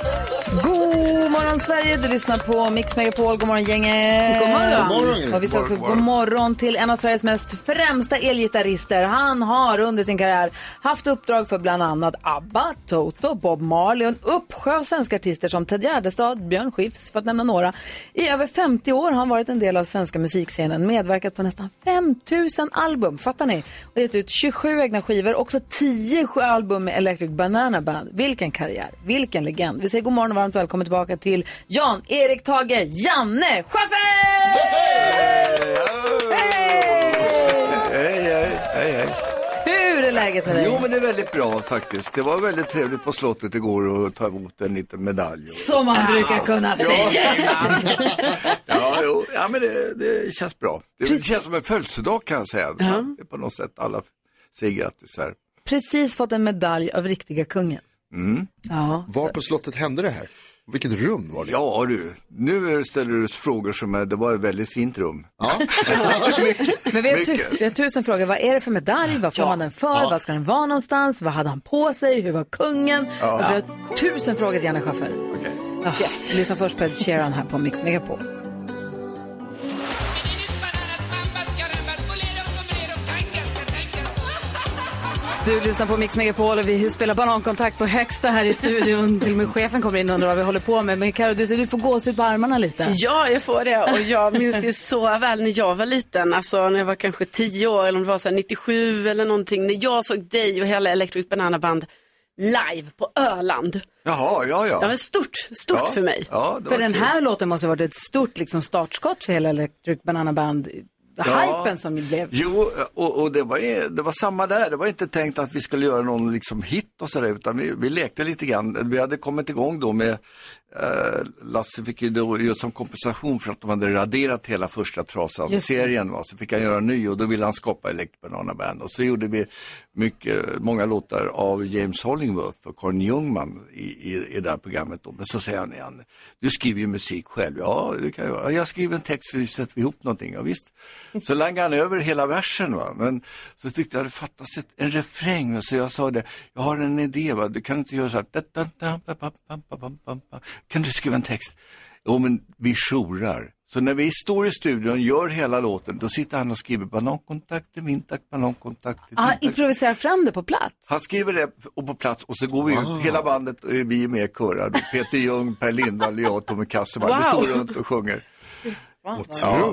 Speaker 3: God morgon Sverige, du lyssnar på Mix Megapol. God morgon gänget.
Speaker 24: God morgon. God morgon.
Speaker 3: Och vi säger också
Speaker 24: God
Speaker 3: god
Speaker 24: morgon.
Speaker 3: morgon till en av Sveriges mest främsta elgitarrister. Han har under sin karriär haft uppdrag för bland annat ABBA, Toto, Bob Marley och en uppsjö av svenska artister som Ted Gärdestad, Björn Skifs för att nämna några. I över 50 år har han varit en del av svenska musikscenen, medverkat på nästan 5000 album, fattar ni? Och gett ut 27 egna skivor, också 10 sju album med Electric Banana Band. Vilken karriär, vilken legend. Vi säger god morgon och varmt välkommen tillbaka till Jan-Erik Tage Janne Schaffer!
Speaker 20: Hej, hej, hej, hej.
Speaker 3: Hur är läget med dig?
Speaker 20: Jo, men det är väldigt bra faktiskt. Det var väldigt trevligt på slottet igår att ta emot en liten medalj. och-
Speaker 3: Som man brukar kunna säga.
Speaker 20: Ja, jo, ja men det, det känns bra. Det känns som en födelsedag kan jag säga. Det är på något sätt alla säger grattis här.
Speaker 3: Precis fått en medalj av riktiga kungen.
Speaker 20: Mm.
Speaker 3: Ja.
Speaker 5: Var på slottet hände det här? Vilket rum var det?
Speaker 20: Ja du, nu ställer du frågor som är, det var ett väldigt fint rum.
Speaker 5: Ja.
Speaker 3: Men vi har, tu-
Speaker 20: Mycket.
Speaker 3: vi har tusen frågor. Vad är det för medalj? Vad får man den för?
Speaker 20: Ja.
Speaker 3: Vad ska den vara någonstans? Vad hade han på sig? Hur var kungen?
Speaker 2: Ja.
Speaker 3: Alltså, vi har tusen frågor till Janne Schaffer.
Speaker 20: Okej.
Speaker 3: Ah, yes. Lyssna först på Ed Sheeran här på Mix Megapol. Du lyssnar på Mix Megapol och vi spelar banankontakt på högsta här i studion. Till och med chefen kommer in och undrar vad vi håller på med. Men Karo, du, ser- du får gåshud på armarna lite.
Speaker 7: Ja, jag får det. Och jag minns ju så väl när jag var liten, alltså när jag var kanske 10 år eller om det var så här 97 eller någonting, när jag såg dig och hela Electric Banana Band live på Öland.
Speaker 20: Jaha, ja, ja.
Speaker 7: Det var stort, stort
Speaker 20: Ja,
Speaker 7: för mig.
Speaker 20: ja, det var
Speaker 3: För den
Speaker 20: kul.
Speaker 3: här låten måste ha varit ett stort liksom, startskott för hela Electric Banana Band. Hypen som ju blev.
Speaker 20: Jo, och, och det, var, ju- det var samma där. Det var inte tänkt att vi skulle göra någon liksom hit och sådär, utan vi, vi lekte lite grann. Vi hade kommit igång då med, eh, Lasse fick ju då göra som kompensation för att de hade raderat hela första trasan av
Speaker 9: Just det.
Speaker 20: serien. Va? Så fick han göra en ny och då ville han skapa Elect Banana Band. Och så gjorde vi mycket, många låtar av James Hollingworth och Karin Ljungman i, i, i det här programmet. Då. Men så säger han igen, du skriver ju musik själv. Ja, det kan jag göra. Jag skriver en text så sätter vi ihop någonting. Ja, visst. Så langade han över hela versen. Va? Men så tyckte jag det fattas ett, en refräng. Och så jag sa det, jag har en idé. Va? Du kan inte göra så här. "Da, da, da, ba, ba, ba, ba, ba, ba, ba." Kan du skriva en text? Jo, men vi jourar. Så när vi står i studion och gör hela låten, då sitter han och skriver banankontakt, vintakt, banankontakt.
Speaker 3: Ah, improvisera fram det på plats.
Speaker 20: Han skriver det och på plats och så går vi ut, hela bandet, och vi är med i körar. Peter Ljung, Per Lindvall, jag och Tommy Kasseman. Vi
Speaker 2: Wow.
Speaker 20: står runt och sjunger. Ja,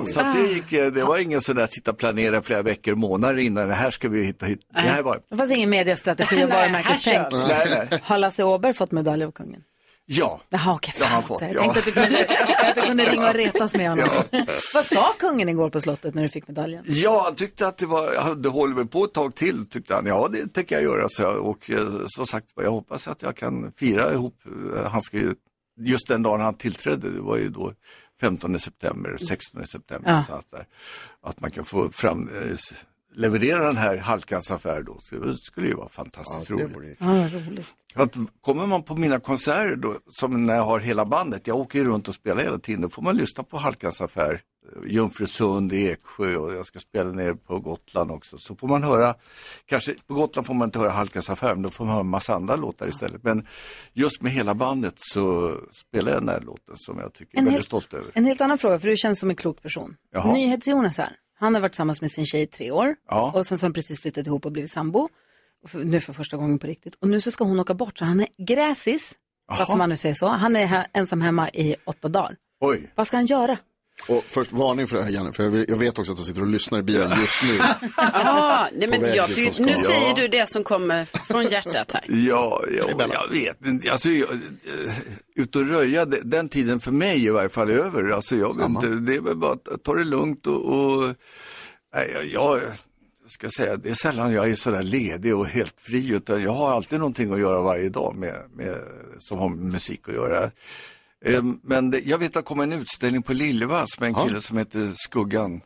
Speaker 20: så att det,
Speaker 3: Ah.
Speaker 20: gick, eh, det var ingen sån där sitta och planera flera veckor, månader innan, det här ska vi hitta hit. Det här var,
Speaker 3: Det fanns ingen mediastrategi och
Speaker 20: Nej,
Speaker 3: varumärkestänk.
Speaker 20: här kör vi. Nej,
Speaker 3: Har Lasse Åberg fått medalj av kungen?
Speaker 20: ja.
Speaker 3: Jaha, okej.
Speaker 20: Det har han
Speaker 3: fan,
Speaker 20: fått,
Speaker 3: så jag
Speaker 20: ja.
Speaker 3: tänkte att du kunde, att du kunde ringa och retas med honom. Vad sa kungen igår på slottet när du fick medaljen?
Speaker 20: Ja, han tyckte att det var, han- det håller väl på ett tag till, tyckte han. Ja, det tänker jag göra, så jag. Och eh, som sagt, jag hoppas att jag kan fira ihop. eh, Han ska ju, just den dagen han tillträdde, det var ju då 15 september, 16 september.
Speaker 2: Ja.
Speaker 20: Så att, där, att man kan få fram, eh, s- leverera den här Halkans affär då, så det skulle ju vara fantastiskt roligt.
Speaker 3: Ja, Ah, vad roligt.
Speaker 20: Att kommer man på mina konserter, då, som när jag har hela bandet, jag åker ju runt och spelar hela tiden, då får man lyssna på Halkans affär, eh, Jungfrusund, Eksjö och jag ska spela ner på Gotland också. Så får man höra, kanske på Gotland får man inte höra Halkans affär, men då får man höra en massa andra låtar istället. Men just med hela bandet så spelar jag den här låten som jag tycker är
Speaker 3: En
Speaker 20: väldigt
Speaker 3: hel-
Speaker 20: stolt över.
Speaker 3: En helt annan fråga, för du känns som en klok person.
Speaker 20: Jaha.
Speaker 3: NyhetsJonas här, han har varit tillsammans med sin tjej i tre år
Speaker 20: Ja.
Speaker 3: och sen så har han precis flyttat ihop och blivit sambo. Och för- Nu för första gången på riktigt. Och nu så ska hon åka bort, så han är gräsis, varför man nu säger så. Han är här, ensam hemma i åtta dagar.
Speaker 20: Oj.
Speaker 3: Vad ska han göra?
Speaker 5: Och först varning för det här Janne, för jag vet- jag vet också att du sitter och lyssnar i bilen just nu.
Speaker 7: Ah, nej,
Speaker 5: På
Speaker 7: men
Speaker 5: väg
Speaker 7: jag,
Speaker 5: dit
Speaker 7: tycker-
Speaker 5: från
Speaker 7: nu
Speaker 5: Skåne.
Speaker 7: säger
Speaker 5: Ja.
Speaker 7: du det som kommer från hjärtat här.
Speaker 20: Ja, ja jag vet inte. Alltså, jag, eh, ut och röja, det- den tiden för mig i varje fall är över. Alltså, jag vet inte, det är väl bara att ta det lugnt och... och nej, jag, jag ska säga, det är sällan jag är sådär ledig och helt fri, utan jag har alltid någonting att göra varje dag med, med, som har med musik att göra. Eh, Men det, jag vet att det kommer en utställning på Liljevalchs med en kille som heter Skuggan.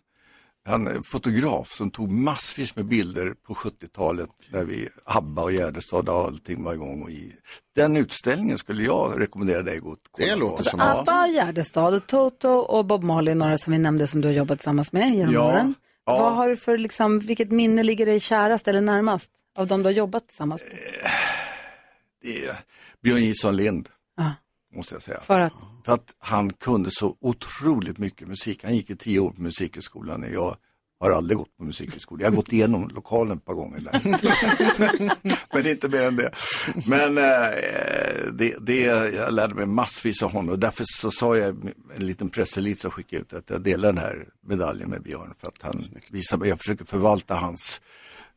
Speaker 20: Han är en fotograf som tog massvis med bilder på 70-talet när vi, ABBA och Gärdestad och allting var igång. Och i. Den utställningen skulle jag rekommendera dig att gå och kolla Alltså, Det låter
Speaker 3: Så Abba, Gärdestad, och Toto och Bob Marley, några som vi nämnde som du har jobbat tillsammans med genom
Speaker 20: Ja,
Speaker 3: åren.
Speaker 20: ja.
Speaker 3: Vad har du för, liksom, vilket minne ligger dig kärast eller närmast av de du har jobbat tillsammans med?
Speaker 20: Eh. Det är Björn Gilson Lind,
Speaker 3: Ja.
Speaker 20: måste jag säga.
Speaker 3: För att,
Speaker 20: För att han kunde så otroligt mycket musik. Han gick i tio år på musikskolan och jag har aldrig gått på musikskolan. Jag har gått igenom lokalen ett par gånger där. Men inte mer än det. Men eh, det, det, jag lärde mig massvis av honom och därför så sa jag i en liten presselit som skickade ut att jag delar den här medaljen med Björn för att han visar mig, jag försöker förvalta hans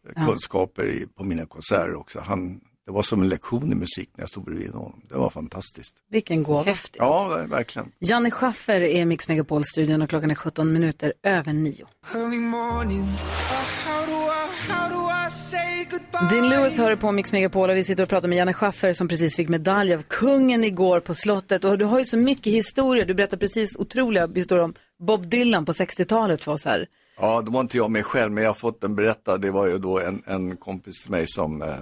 Speaker 20: eh,
Speaker 2: Ja.
Speaker 20: kunskaper i, på mina konserter också. Han, det var som en lektion i musik när jag stod bredvid honom. Det var fantastiskt.
Speaker 3: vilken gåva.
Speaker 20: Ja, ver- verkligen.
Speaker 3: Janne Schaffer är i Mix Megapol-studion och klockan är 17 minuter över 9.
Speaker 2: Early morning. How do I, how do I say goodbye?
Speaker 3: Din Lewis hör på Mix Megapol och vi sitter och pratar med Janne Schaffer som precis fick medalj av kungen igår på slottet. Och du har ju så mycket historier. Du berättar precis otroliga historier om Bob Dylan på 60-talet för oss här.
Speaker 20: Ja, det var inte jag med själv, men jag har fått den berättad. Det var ju då en, en kompis till mig som, eh,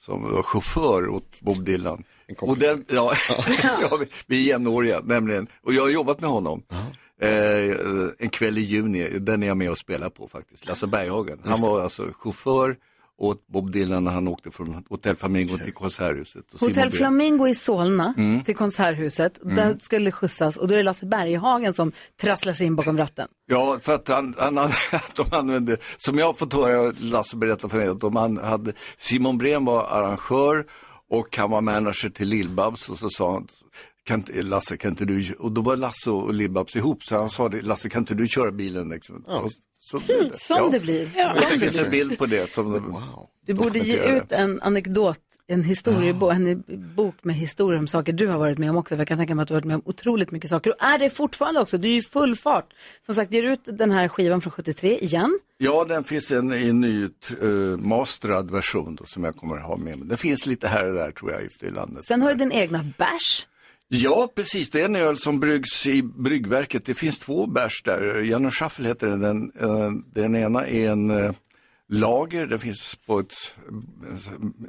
Speaker 20: som var chaufför åt Bob Dylan. Och den, ja, ja, vi- vi är jämnåriga nämligen. Och jag har jobbat med honom. Eh, en kväll i juni, den är jag med och spelar på faktiskt, Lasse Berghagen. Han
Speaker 5: Just det.
Speaker 20: var alltså chaufför åt Bob Dylan när han åkte från Hotell Flamingo till Konserthuset. och Simon
Speaker 3: Hotell
Speaker 20: Brun.
Speaker 3: Flamingo i Solna
Speaker 20: Mm.
Speaker 3: till Konserthuset.
Speaker 20: Mm.
Speaker 3: Där skulle det skjutsas och då är det Lasse Berghagen som trasslar sig in bakom ratten.
Speaker 20: Ja, för att han, han, att de använde, som jag har fått höra Lasse berätta för mig, att de an- hade, Simon Brem var arrangör och han var manager till Lill-Babs och så sa han, kan, inte- Lasse kan inte du, och då var Lasse och Lill-Babs ihop, så han sa det, Lasse kan inte du köra bilen? Liksom. Och Så, blev det.
Speaker 3: Som
Speaker 20: Mm. ja.
Speaker 3: det blir.
Speaker 20: Och Det finns en bild på det. Som, wow.
Speaker 3: Du borde ge ut en anekdot, en historiebok, en bok med historier om saker du har varit med om också. För jag kan tänka mig att du har varit med om otroligt mycket saker. Och är det fortfarande också, du är ju i full fart. Som sagt, ger ut den här skivan från 73 igen.
Speaker 20: Ja, den finns en, i en ny uh, masterad version då, som jag kommer att ha med mig. Det finns lite här och där tror jag ute i landet.
Speaker 3: Sen har du din egna bärs.
Speaker 20: Ja, precis. Det är en öl som bryggs i bryggverket. Det finns två bärs där. Jan och Schaffel heter den. Den, eh, den ena är en eh, lager. Den finns på ett,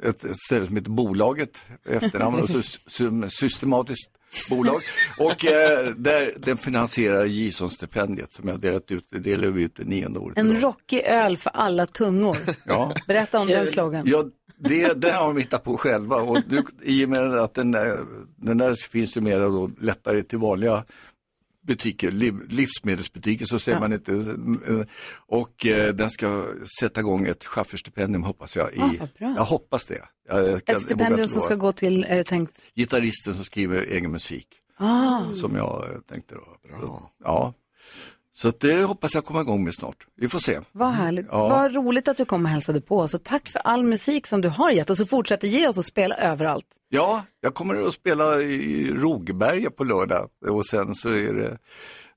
Speaker 20: eh, ett, ett ställe som heter Bolaget. Efternamn och sy- sy- systematiskt bolag. Och eh, där, den finansierar Gison-stipendiet som jag delat ut. Det delar vi ut det nionde året.
Speaker 3: En rockig öl för alla tungor.
Speaker 20: Ja.
Speaker 3: Berätta om
Speaker 20: Kul.
Speaker 3: den slogan.
Speaker 20: Ja, det, det har de hittat på själva. Och nu, I och med att den, där- den där finns ju mera då lättare till vanliga butiker, liv, livsmedelsbutiker, så ser
Speaker 2: Ja.
Speaker 20: man inte. eh, Och eh, den ska sätta igång ett chaufförsstipendium hoppas jag. I,
Speaker 3: Ah, vad bra.
Speaker 20: jag hoppas det. Jag, jag, kan- jag
Speaker 3: Ett
Speaker 20: vågar
Speaker 3: stipendium
Speaker 20: inte
Speaker 3: som
Speaker 20: lova.
Speaker 3: ska gå till, är det tänkt?
Speaker 20: Gitarristen som skriver egen musik,
Speaker 3: Ah.
Speaker 20: som jag eh, tänkte då. Ja. Så att det hoppas jag komma igång med snart. Vi får se.
Speaker 3: Vad härligt.
Speaker 20: Ja.
Speaker 3: Vad roligt att du kom och hälsade på oss. Och tack för all musik som du har gett oss och fortsätter ge oss och spela överallt.
Speaker 20: Ja, jag kommer att spela i Rogberga på lördag och sen så är det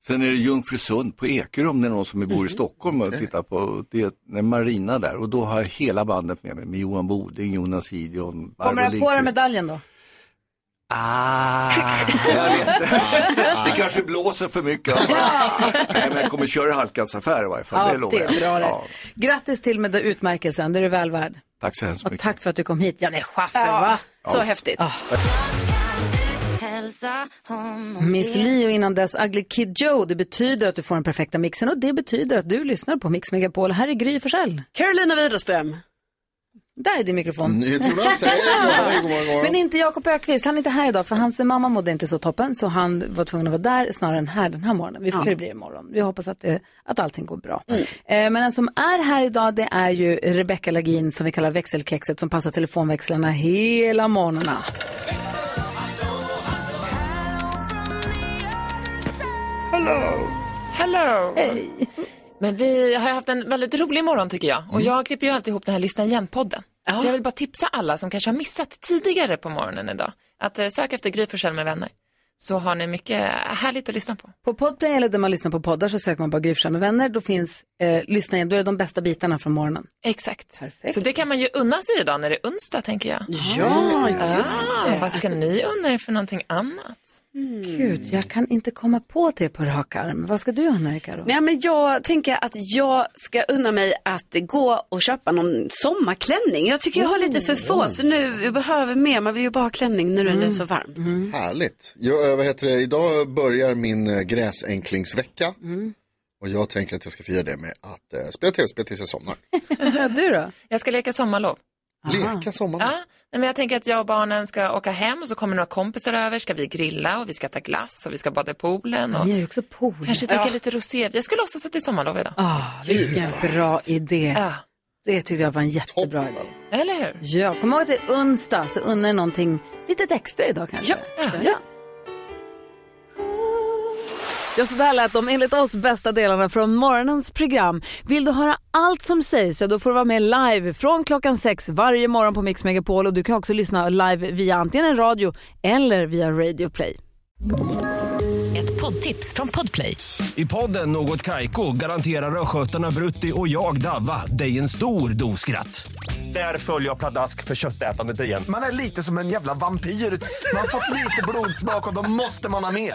Speaker 20: Sen är det Jungfrusund på Ekerö om det är någon som bor i Stockholm och tittar på. Det är en marina där och då har jag hela bandet med mig med Johan Boding, Jonas Gideon,
Speaker 3: Kommer
Speaker 20: Barbro
Speaker 3: jag på den
Speaker 20: Lindqvist.
Speaker 3: medaljen då?
Speaker 20: Ah, jag vet inte. Det kanske blåser för mycket. Nej, men jag kommer köra Halkans affär i varje fall,
Speaker 3: Ja,
Speaker 20: det lovar
Speaker 3: det är
Speaker 20: jag.
Speaker 3: bra det.
Speaker 20: Ja,
Speaker 3: Grattis till med den utmärkelsen, det är du väl värd.
Speaker 20: tack så hemskt
Speaker 3: Och
Speaker 20: mycket.
Speaker 3: tack för att du kom hit, Janne Schaffer,
Speaker 7: Ja,
Speaker 3: va?
Speaker 7: så Ja. häftigt.
Speaker 3: Ah. Miss Li och innan dess Ugly Kid Joe, det betyder att du får den perfekta mixen och det betyder att du lyssnar på Mix Megapol. Här är Gry Forssell.
Speaker 7: Carolina Widerström.
Speaker 3: Där är din mikrofon.
Speaker 5: Mm, Nyhetsjonas, hej, god morgon, god morgon, god morgon.
Speaker 3: Men inte Jakob Ökvist, han är inte här idag för hans mamma mådde inte så toppen så han var tvungen att vara där snarare än här den här morgonen. Vi får
Speaker 7: Ja.
Speaker 3: se hur det blir imorgon. Vi hoppas att, det, att allting går bra. Eh, men den som är här idag det är ju Rebecca Lagin som vi kallar växelkexet som passar telefonväxlarna hela morgnarna.
Speaker 9: Hello! Hello!
Speaker 3: Hej!
Speaker 9: Men vi har haft en väldigt rolig morgon tycker jag.
Speaker 3: Mm.
Speaker 9: Och jag klipper ju alltid ihop den här Lyssna igen-podden. Så jag vill bara tipsa alla som kanske har missat tidigare på morgonen idag. Att eh, sök efter Gry Forssell med vänner. Så har ni mycket härligt att lyssna på.
Speaker 3: På Podplay eller där man lyssnar på poddar så söker man bara Gry Forssell med vänner. Då finns, eh, lyssna igen, då är det de bästa bitarna från morgonen.
Speaker 9: Exakt.
Speaker 3: Perfekt.
Speaker 9: Så det kan man ju unna sig idag när det är onsdag tänker jag.
Speaker 3: Ja, just det.
Speaker 9: Vad ska ni unna er för någonting annat?
Speaker 3: Gud, jag kan inte komma på det på rak arm. Vad ska du unna dig Karo?
Speaker 7: Nej, men jag tänker att jag ska unna mig att gå och köpa någon sommarklänning. Jag tycker jag har lite för få, så nu jag behöver mer. Man vill ju bara ha klänning när
Speaker 3: Mm.
Speaker 7: det är så varmt.
Speaker 5: Härligt. Jag, eh, vad heter det? Idag börjar min eh, gräsänklingsvecka.
Speaker 19: Mm.
Speaker 5: Och jag tänker att jag ska fira det med att eh, spela tv-spel tills jag somnar.
Speaker 3: du då?
Speaker 9: Jag ska leka sommarlov.
Speaker 5: Leka sommarlov?
Speaker 9: Ja, nej, men jag tänker att jag och barnen ska åka hem och så kommer några kompisar över, ska vi grilla och vi ska äta glass och vi ska bada i poolen och
Speaker 3: Ni har ju också pool.
Speaker 9: kanske dricka lite rosé. Jag ska låtsas att det är sommarlov idag.
Speaker 3: Ah, vilken bra idé.
Speaker 9: Ja.
Speaker 3: Det tyckte jag var en jättebra idé.
Speaker 9: Eller hur?
Speaker 3: Ja, kom ihåg att det är onsdag, så unna er någonting lite extra idag kanske. Ja. ja.
Speaker 1: Ja, så där lät de enligt oss bästa delarna från morgonens program. Vill du höra allt som sägs, ja, då får du vara med live från klockan sex varje morgon på Mix Megapol. Och du kan också lyssna live via antingen en radio eller via Radio Play.
Speaker 24: Ett poddtips från Podplay.
Speaker 11: I podden Något Kaiko garanterar östgötarna Brutti och jag, Davva, dig en stor dos skratt. Där följer jag pladask för köttätandet igen.
Speaker 12: Man är lite som en jävla vampyr. Man har fått lite blodsmak och då måste man ha mer.